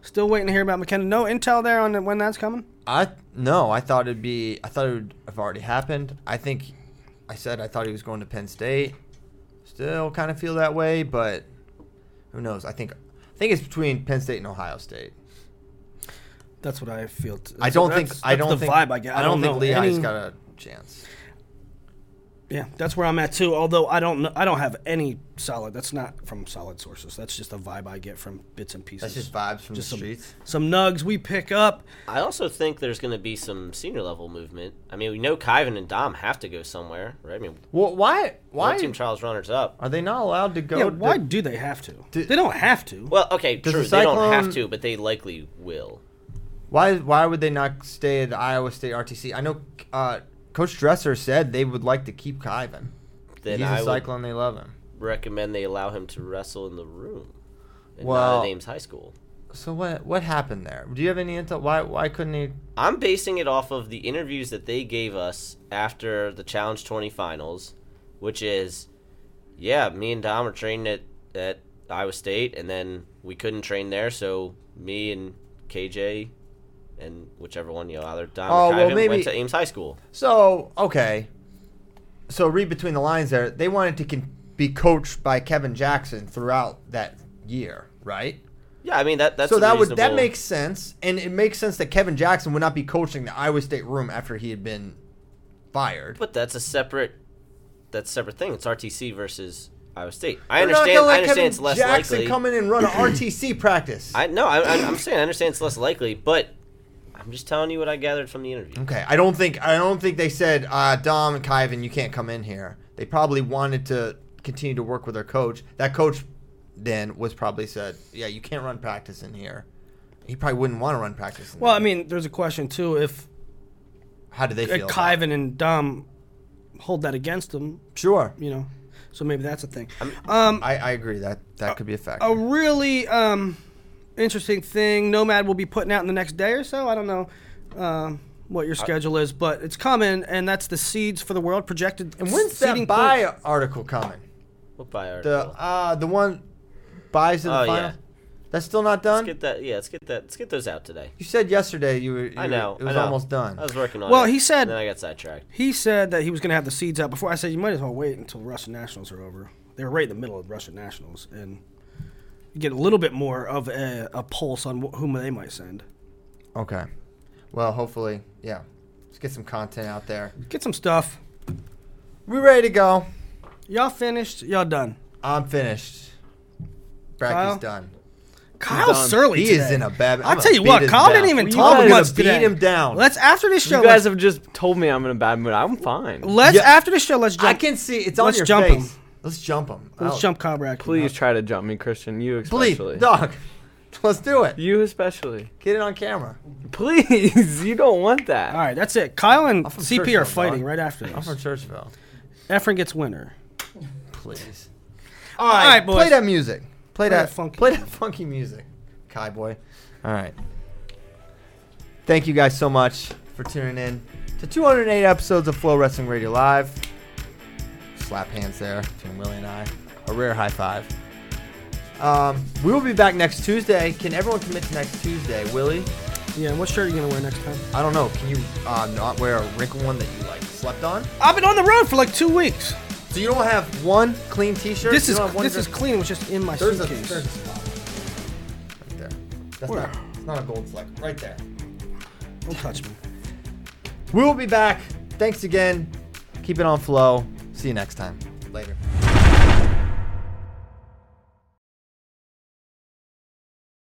B: Still waiting to hear about McKenna. No intel there on when that's coming.
A: I no, I thought it'd be. I thought it would have already happened. I think I said I thought he was going to Penn State. Still, kind of feel that way, but who knows? I think I think it's between Penn State and Ohio State.
B: That's what I feel. T-
A: I don't think.
B: that's- That's
A: I don't
B: the
A: think.
B: vibe I get. I don't,
A: think
B: know
A: Lehigh's
B: any-
A: got a chance.
B: Yeah, that's where I'm at too. Although I don't know, I don't have any solid. That's not from solid sources. That's just a vibe I get from bits and pieces.
A: That's just vibes from
B: Just
A: the
B: some,
A: streets.
B: some nugs we pick up.
D: I also think there's going to be some senior level movement. I mean, we know Kyvan and Dom have to go somewhere, right? I mean,
A: Well, why? Why
D: World Team Trials runners up.
A: are they not allowed to go?
B: yeah,
A: to-
B: why do they have to? they don't have to.
D: Well, okay,
A: Does
D: true.
A: the
D: They don't have
A: Cyclone-
D: to, but they likely will.
A: Why? Why would they not stay at Iowa State RTC? I know uh, Coach Dresser said they would like to keep Kyvan.
D: Then
A: He's
D: I
A: a
D: would
A: cyclone. They love him.
D: recommend they allow him to wrestle in the room. And
A: Well-
D: not at Ames High School.
A: So what? What happened there? Do you have any intel? Why? Why couldn't he?
D: I'm basing it off of the interviews that they gave us after the Challenge 20 finals, which is, yeah, me and Dom are training at, at Iowa State, and then we couldn't train there, so me and KJ and whichever one, you know, either Dom
A: Oh,
D: or
A: well,
D: Kyvan
A: maybe-
D: went to Ames High School.
A: So okay. So read between the lines there. They wanted to con- be coached by Kevin Jackson throughout that year, right?
D: Yeah, I mean, that that's
A: so
D: a
A: that would that
D: reasonable-
A: makes sense, and it makes sense that Kevin Jackson would not be coaching the Iowa State room after he had been fired.
D: But that's a separate that's a separate thing. It's RTC versus Iowa State. I
A: They're not
D: understand.
A: gonna let
D: I understand
A: Kevin
D: it's less
A: Jackson
D: likely.
A: come in and
D: [CLEARS THROAT]
A: run an RTC practice.
D: I no, I, I, I'm saying I understand it's less likely, but I'm just telling you what I gathered from the interview.
A: okay, I don't think I don't think they said uh, Dom and Kyvan, you can't come in here. They probably wanted to continue to work with their coach. That coach then was probably said, yeah, you can't run practice in here. He probably wouldn't want to run practice. In
B: Well,
A: there.
B: I mean, there's a question too. If
A: how do they
B: uh,
A: feel? about it?
B: Kyvan and Dom hold that against them,
A: sure,
B: you know, so maybe that's a thing.
A: I, I agree that that could be a factor.
B: a really um, interesting thing Nomad will be putting out in the next day or so. I don't know um, what your schedule is, but it's coming, and that's the seeds for the world projected.
A: and when's that
B: seeding
A: buy
B: pool.
A: article coming?
D: What by article?
A: The uh the one buys in the
D: Oh,
A: final.
D: yeah.
A: That's still not done.
D: let's get that. Yeah, let's get that. Let's get those out today.
A: you said yesterday you were. You
D: I know.
A: Were, it was
D: I know.
A: almost done.
D: I was working on.
B: Well,
D: it,
B: he said-
D: Then I got sidetracked.
B: He said that he was going to have the seeds out before. I said you might as well wait until Russian nationals are over. They were right in the middle of Russian nationals, and you get a little bit more of a, a pulse on wh- whom they might send.
A: okay. Well, hopefully, yeah. Let's get some content out there.
B: Get some stuff.
A: We ready to go.
B: Y'all finished. Y'all done.
A: I'm finished.
B: Kyle?
A: Bracky's done.
B: Kyle Surly.
A: He
B: today.
A: is in a bad.
B: I'll tell you what, Kyle didn't even
A: I'm
B: talk
A: gonna
B: much
A: beat
B: today.
A: him down.
B: Let's after this show.
C: You
B: let's,
C: guys have just told me I'm in a bad mood. I'm fine.
B: let's
A: Yeah.
B: after this show. Let's jump.
A: I can Oh, see it's on
B: Let's
A: your
B: jump
A: face.
B: him.
A: Let's jump him.
B: Let's
A: Ouch.
B: jump Kyle Brackey.
C: Please try to jump me, Christian. You especially.
A: Bleep, uh, dog. [LAUGHS] Let's do it.
C: You especially. [LAUGHS]
A: Get it on camera.
C: Please, you don't want that.
B: All right, that's it. Kyle and
A: I'm from
B: CP
A: Churchill,
B: are fighting
A: dog.
B: right after this.
A: I'm from Churchville.
B: Efren gets winner.
A: Please.
B: All right, boys.
A: Play that music. Play, that,
B: that funky
A: Play that funky music, Kai boy. All right. Thank you guys so much for tuning in to 208 episodes of Flow Wrestling Radio Live. Slap hands there between Willie and I. A rare high five. Um, we will be back next Tuesday. Can everyone commit to next Tuesday? Willie,
B: Yeah, and what shirt are you gonna wear next time?
A: I don't know. Can you uh, not wear a Rick one that you like slept on?
B: I've been on the road for like two weeks.
A: So you don't have one clean T-shirt.
B: This
A: You
B: is
A: don't have one
B: this is
A: dress-
B: clean. It was just in my
A: There's a,
B: suitcase.
A: there's a spot. Right there. That's
B: Where?
A: not, it's not a gold fleck. Right there.
B: Don't touch me.
A: We will be back. Thanks again. Keep it on flow. See you next time. Later.